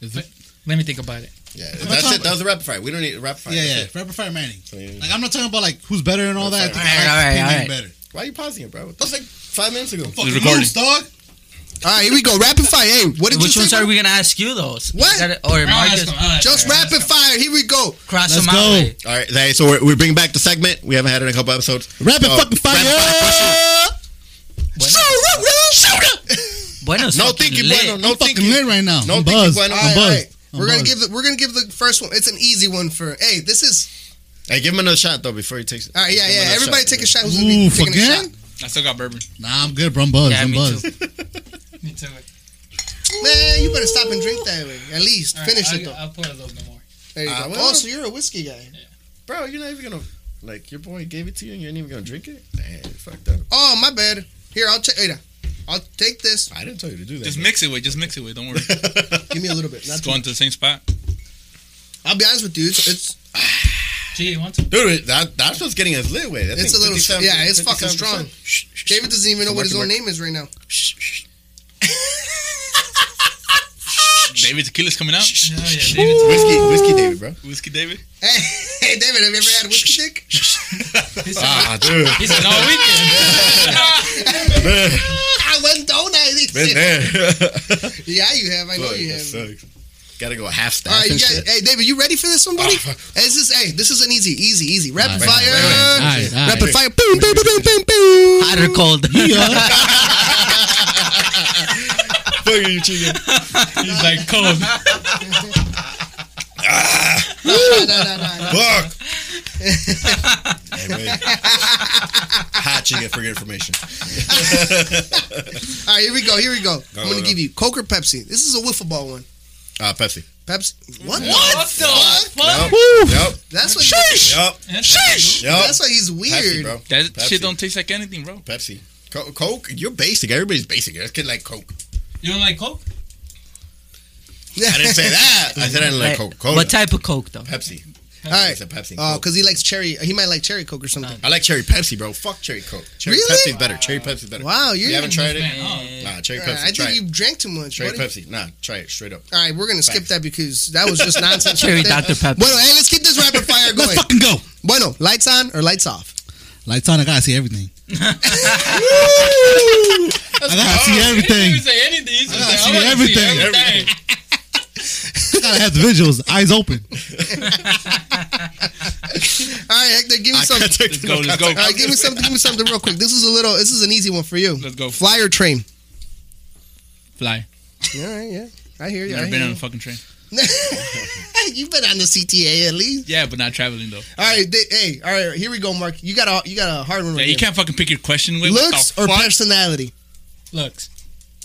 Is it- Let me think about it. Yeah, that's it. That was the rapid fire. We don't need rapid fire. yeah, That's yeah. it. Rapid fire Manning. yeah. Like I'm not talking about like who's better and all that. Rapid I fire. All think right, all Mike's right, opinion better. Why are you pausing it, bro? That was like five minutes ago. Fucking recording. moves, dog. All right, here we go. Rapid fire. Hey, what did Which you ones say? are we gonna ask you those? What? Is that- Or Marcus? Just rapid fire. Here we go. Cross Let's them out. go. wait. All right, hey, so we're, we're bringing back the segment. We haven't had it in a couple episodes. Rapid Oh, fucking fire. rapid fire Buenos- Buenos No fucking thinking, lit. bueno. No I'm fucking thinking. lit right now. No I'm thinking, buzzed. bueno. All right, I'm all buzzed. right. I'm Oh, We're gonna buzzed. give it. We're gonna give the first one. It's an easy one for. Hey, this is. Hey, give him another shot though before he takes. All right, yeah, give him yeah. another Everybody take a shot. Who's gonna be Oof, taking a again? shot? I still got bourbon. Nah, I'm good, bro. I'm buzzed. Yeah, I'm me buzzed. too. Me too. Man, you better stop and drink that way. At least All right, finish I'll, it though. I'll pour a little bit more. There you Uh, go. well- Also, you're a whiskey guy. Bro, you're not even gonna like your boy gave it to you and you ain't even gonna drink it. Damn, you fucked up. Oh, my bad. Here, I'll take. Wait, I'll take this. I didn't tell you to do that. Just bro. mix it with. Just mix it with. Don't worry. Give me a little bit. Not Just too going to the same spot. much. I'll be honest with you. It's it's, Gee, you want some? Dude, that, that's what's getting us lit with. That it's a thing's little. 57 Yeah, it's fucking 57%. strong. Shh, shh, shh. David doesn't even know what his own name is right now. David Tequila's coming out. Oh, yeah, David's Whiskey, whiskey, David, bro. Whiskey David. Hey, hey, David, have you ever had whiskey dick? Ah, dude, He's an all weekend. man, I went down been there. there. Yeah, you have. I know Fuck, you that have. sucks. Gotta go half staff. All right, you and guys, shit. hey David, you ready for this one, buddy? fuck. Hey, this is hey, this is an easy, easy, easy rapid All right, fire, all right, all right. rapid fire, boom, boom, boom, boom, boom, boom. Hot or cold? Fuck you, chicken. He's like, cold. ah, no, no, no, no, no. fuck. anyway, hot chicken for your information. All right, here we go. Here we go. I'm go, gonna go. give you Coke or Pepsi. This is a wiffle ball one. Uh, Pepsi. Pepsi. What? What the fuck? Yep. Yep. That's why. Yep. Sheesh. Yep. That's why he's Pepsi, weird. bro. That Pepsi. shit don't taste like anything, bro. Pepsi. Co- Coke. You're basic. Everybody's basic. This kid like Coke. You don't like Coke? Oh, I didn't say that. I said I didn't like Coke. Cola. What type of Coke though? Pepsi. All right. I said Pepsi. and Oh, Coke. because he likes cherry. He might like cherry Coke or something. I like cherry Pepsi, bro. Fuck cherry Coke. Cherry Really? Pepsi's better. Cherry Pepsi's better. Wow, You you're. haven't tried it? Man. Nah, cherry All Pepsi. right, Uh, I try think it. you drank too much. Cherry buddy. Pepsi. Nah, try it straight up. All right, we're gonna skip that because that was just nonsense. Cherry right there. Dr. Pepper. Bueno, hey, let's keep this rapid fire Let's going. fucking go. Bueno, lights on or lights off? Lights on. I gotta see everything. I gotta see He everything. didn't even say anything. He I said, see "I wanna everything. See everything. I gotta have the visuals. Eyes open. All right, Hector, give me I can't something. take Let's the go, no let's go. contact. All right, give me something. Give me something real quick. This is a little. This is an easy one for you. Let's go. Fly or train? Fly. All right, yeah. I hear you. I Never hear been on you. a fucking train. You've been on the CTA at least. Yeah, but not traveling though. All right, they, hey, all right. Here we go, Mark. You got a you got a hard one. Yeah, right you there. can't fucking pick your question with what Looks the or fuck? personality. Looks.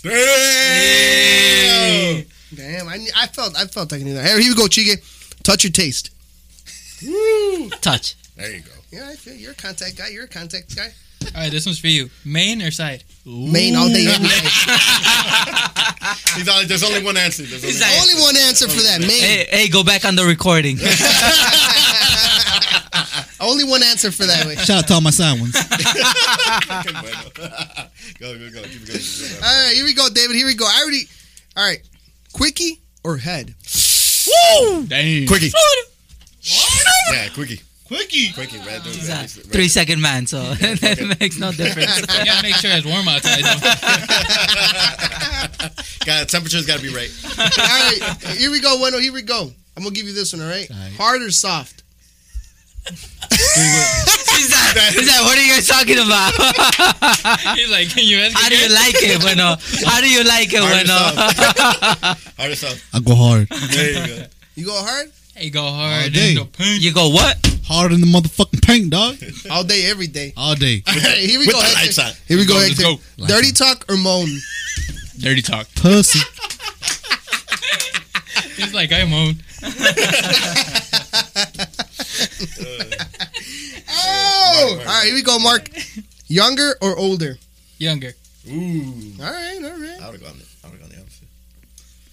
Damn. Damn, I, knew- I felt I felt I can do that. Here, here we go, Chige. Touch your taste. Touch. There you go. Yeah, I feel you're a contact guy. You're a contact guy. All right, this one's for you. Main or side? Main all day. Every day. He's only, there's only one answer. There's He's only like- Only one answer for that, main. Hey, hey, go back on the recording. Only one answer for that. Way. Shout out to all my side ones. go, go, go. Keep it going. Keep it going. All right, here we go, David. Here we go. I already. All right, quickie or head? Damn. Quickie. Yeah, quickie. Quickie. Quickie. Red, dude, He's a red, three second man, so that makes no difference. You gotta make sure it's warm outside. Though. Got temperature's got to be right. All right, here we go, Wendell. Here we go. I'm gonna give you this one. All right, hard or soft? He's like, he's like, what are you guys talking about? He's like, can you ask How do you like it, bueno? How do you like it, Hard bueno? or soft? Hard or soft? I go hard. There you go. You go hard Hey, go hard day. in the paint. You go what? Hard in the motherfucking paint, dog. all day, every day. All day. All right, here we With go. the Hector. lights on. Here we go, Let's Hector. go. Dirty talk or moan? Dirty talk. Pussy. He's like, I'm on. Oh, all right, right. Here we go, Mark. Younger or older? Younger. Ooh. All right, all right. I would have gone. the- I would have gone the opposite.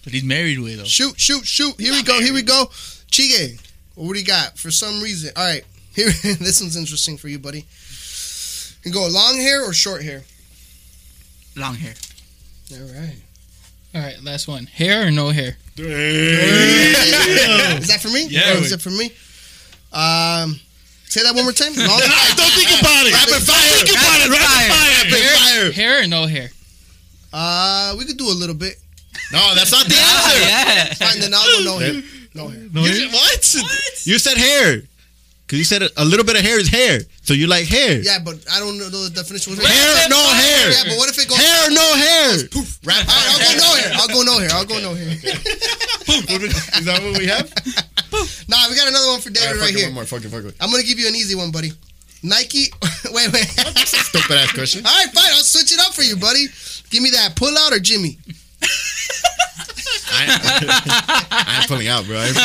But he's married with though. Shoot, shoot, shoot. Here we go. Here we go. Chige, what do you got? For some reason. All right. Here, this one's interesting for you, buddy. You go long hair or short hair? Long hair. All right. All right, last one. Hair or no hair? Is that for me? Yeah, Or is we- it for me? Um, say that one more time. Long hair. Don't think about it. Rapid fire. Think about it. Rapid Rapid fire. Rapid fire. Hair or no hair? Uh, we could do a little bit. No, that's not the answer. Oh, Yeah. Fine, then I'll go no hair. No hair. You said, what? You said hair. Because you said a, a little bit of hair is hair. So you like hair. Yeah, but I don't know the definition. What Hair, no hair. Yeah, but what if it goes? Hair, no hair. Poof. All right, I'll go no hair. I'll go no hair. I'll go no hair. is that what we have? Nah, we got another one for All David right, right, fuck it, here. one more. Fuck it, fuck it. I'm gonna give you an easy one, buddy. Nike. wait, wait. All Stupid ass question. right, fine. I'll switch it up for you, buddy. Give me that pull out or Jimmy. I, I'm pulling out, bro. I'm pulling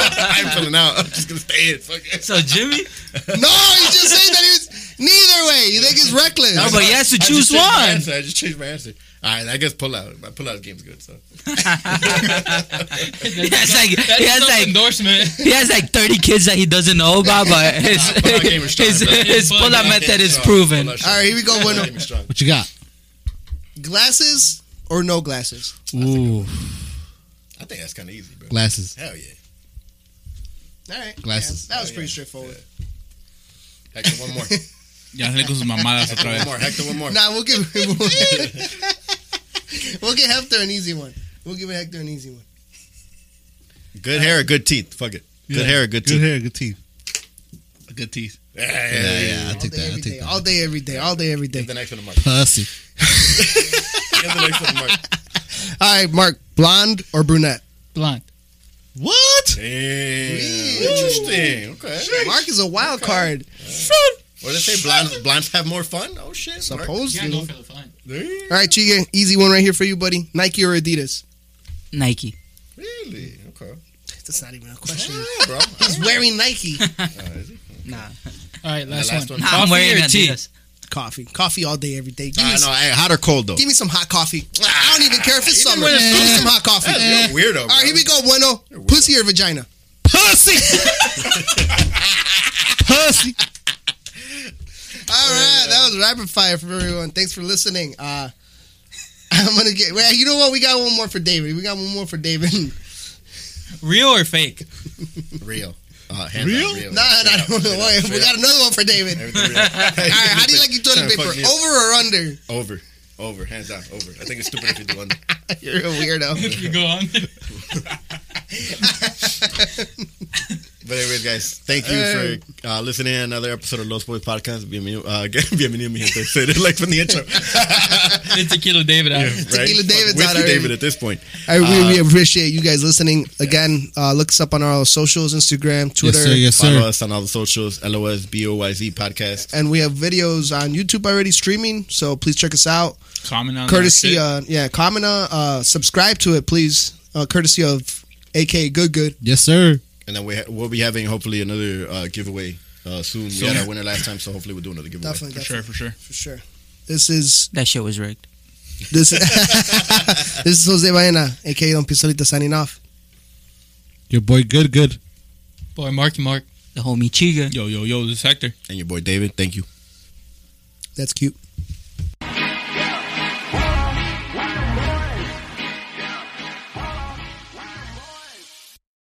out. I'm pulling out. I'm just going to stay in. Fuck it. So No, Jimmy? he just said that he's neither way. You think it's reckless? No, but he has to I just choose changed my one. answer. I just changed my answer. All right, I guess pull out. My pull out game's good, so. He has like That's he has self like endorsement. he has like thirty kids that he doesn't know about, but his pull-out game is strong, his, bro. his Pull-out pull-out game method is Strong. proven. Pull out All right, here we go. strong. Window. Game is strong. What you got? Glasses or no glasses? Ooh, I think that's kind of easy, bro. glasses. Hell yeah. All right, Glasses. Yeah, that was Oh, pretty yeah. straightforward. Hector, one more. Ya se le con sus mamadas otra one vez. more. Hector, one more. Nah, we'll give we'll give Hector an easy one. We'll give Hector an easy one. Good hair or good teeth? Fuck it. Good Yeah. hair or good Good teeth? hair, good teeth. Good teeth. Yeah, Yeah, yeah, I All take day, that. I every take day. that. All day, every day. All day, every day. Give the next one to Mark. Pussy. Give the next one to Mark. All right, Mark. Blonde or brunette? Blonde. What? Damn. Interesting. Okay. Mark is a wild card. What did they say? Blondes, blondes have more fun? Oh, shit. Mark. Yeah, Supposedly. go All for the fun. Damn. right, Chige, easy one right here for you, buddy. Nike or Adidas? Nike. Really? Okay. That's not even a question. Yeah, bro. He's wearing Nike. Nah, All right, last, last one. one. nah I'm Coffee wearing or tea? Adidas. coffee. Coffee all day, every day. Give me, I some, know. Hey, hot or cold, though? give me some hot coffee. I don't even care if it's Even summer. when it's Give me cold. some hot coffee. Yeah, you're a weirdo. All right, here we go, Bueno. weirdo. Pussy or vagina? Pussy. Pussy. All right, that was rapid fire for everyone. Thanks for listening. Uh, I'm gonna get. Well, you know what? We got one more for David. We got one more for David. Real or fake? go. Real. Uh, hands Real? down, real. no, no, no. Wait, we got another one for David. All Everything real. All right, how do you like your toilet paper? Oh. Over or under? Over. Over. Hands down. Over. I think it's stupid if you do under. You're a weirdo. you go on. But anyways, guys, thank you for uh, listening to another episode of Los Boys Podcast. Bienvenido, uh, again, bienvenido, mi gente. Said it like from the intro. It's Tequila David out. right? Tequila David's Whiskey out already. David at this point. I really appreciate you guys listening. Again, uh, look us up on our socials, Instagram, Twitter. Yes, sir. Yes, Follow sir. us on all the socials, LOS, B-O-Y-Z podcast. And we have videos on YouTube already streaming, so please check us out. Comment on courtesy, that uh, yeah, comment, uh, uh, subscribe to it, please. Uh, courtesy of AK Good Good. Yes, sir. And then we ha- we'll be having hopefully another uh, giveaway uh, soon. We Soon. had our winner last time, so hopefully we'll do another giveaway. Definitely, shit. for sure, for sure. for sure. This is That shit was rigged. this. this is Jose Baena, aka Don Pistolita, signing off. Your boy, good, good. Boy, Marky Mark. The homie Chiga. Yo, yo, yo, this is Hector. And your boy David, thank you. That's cute.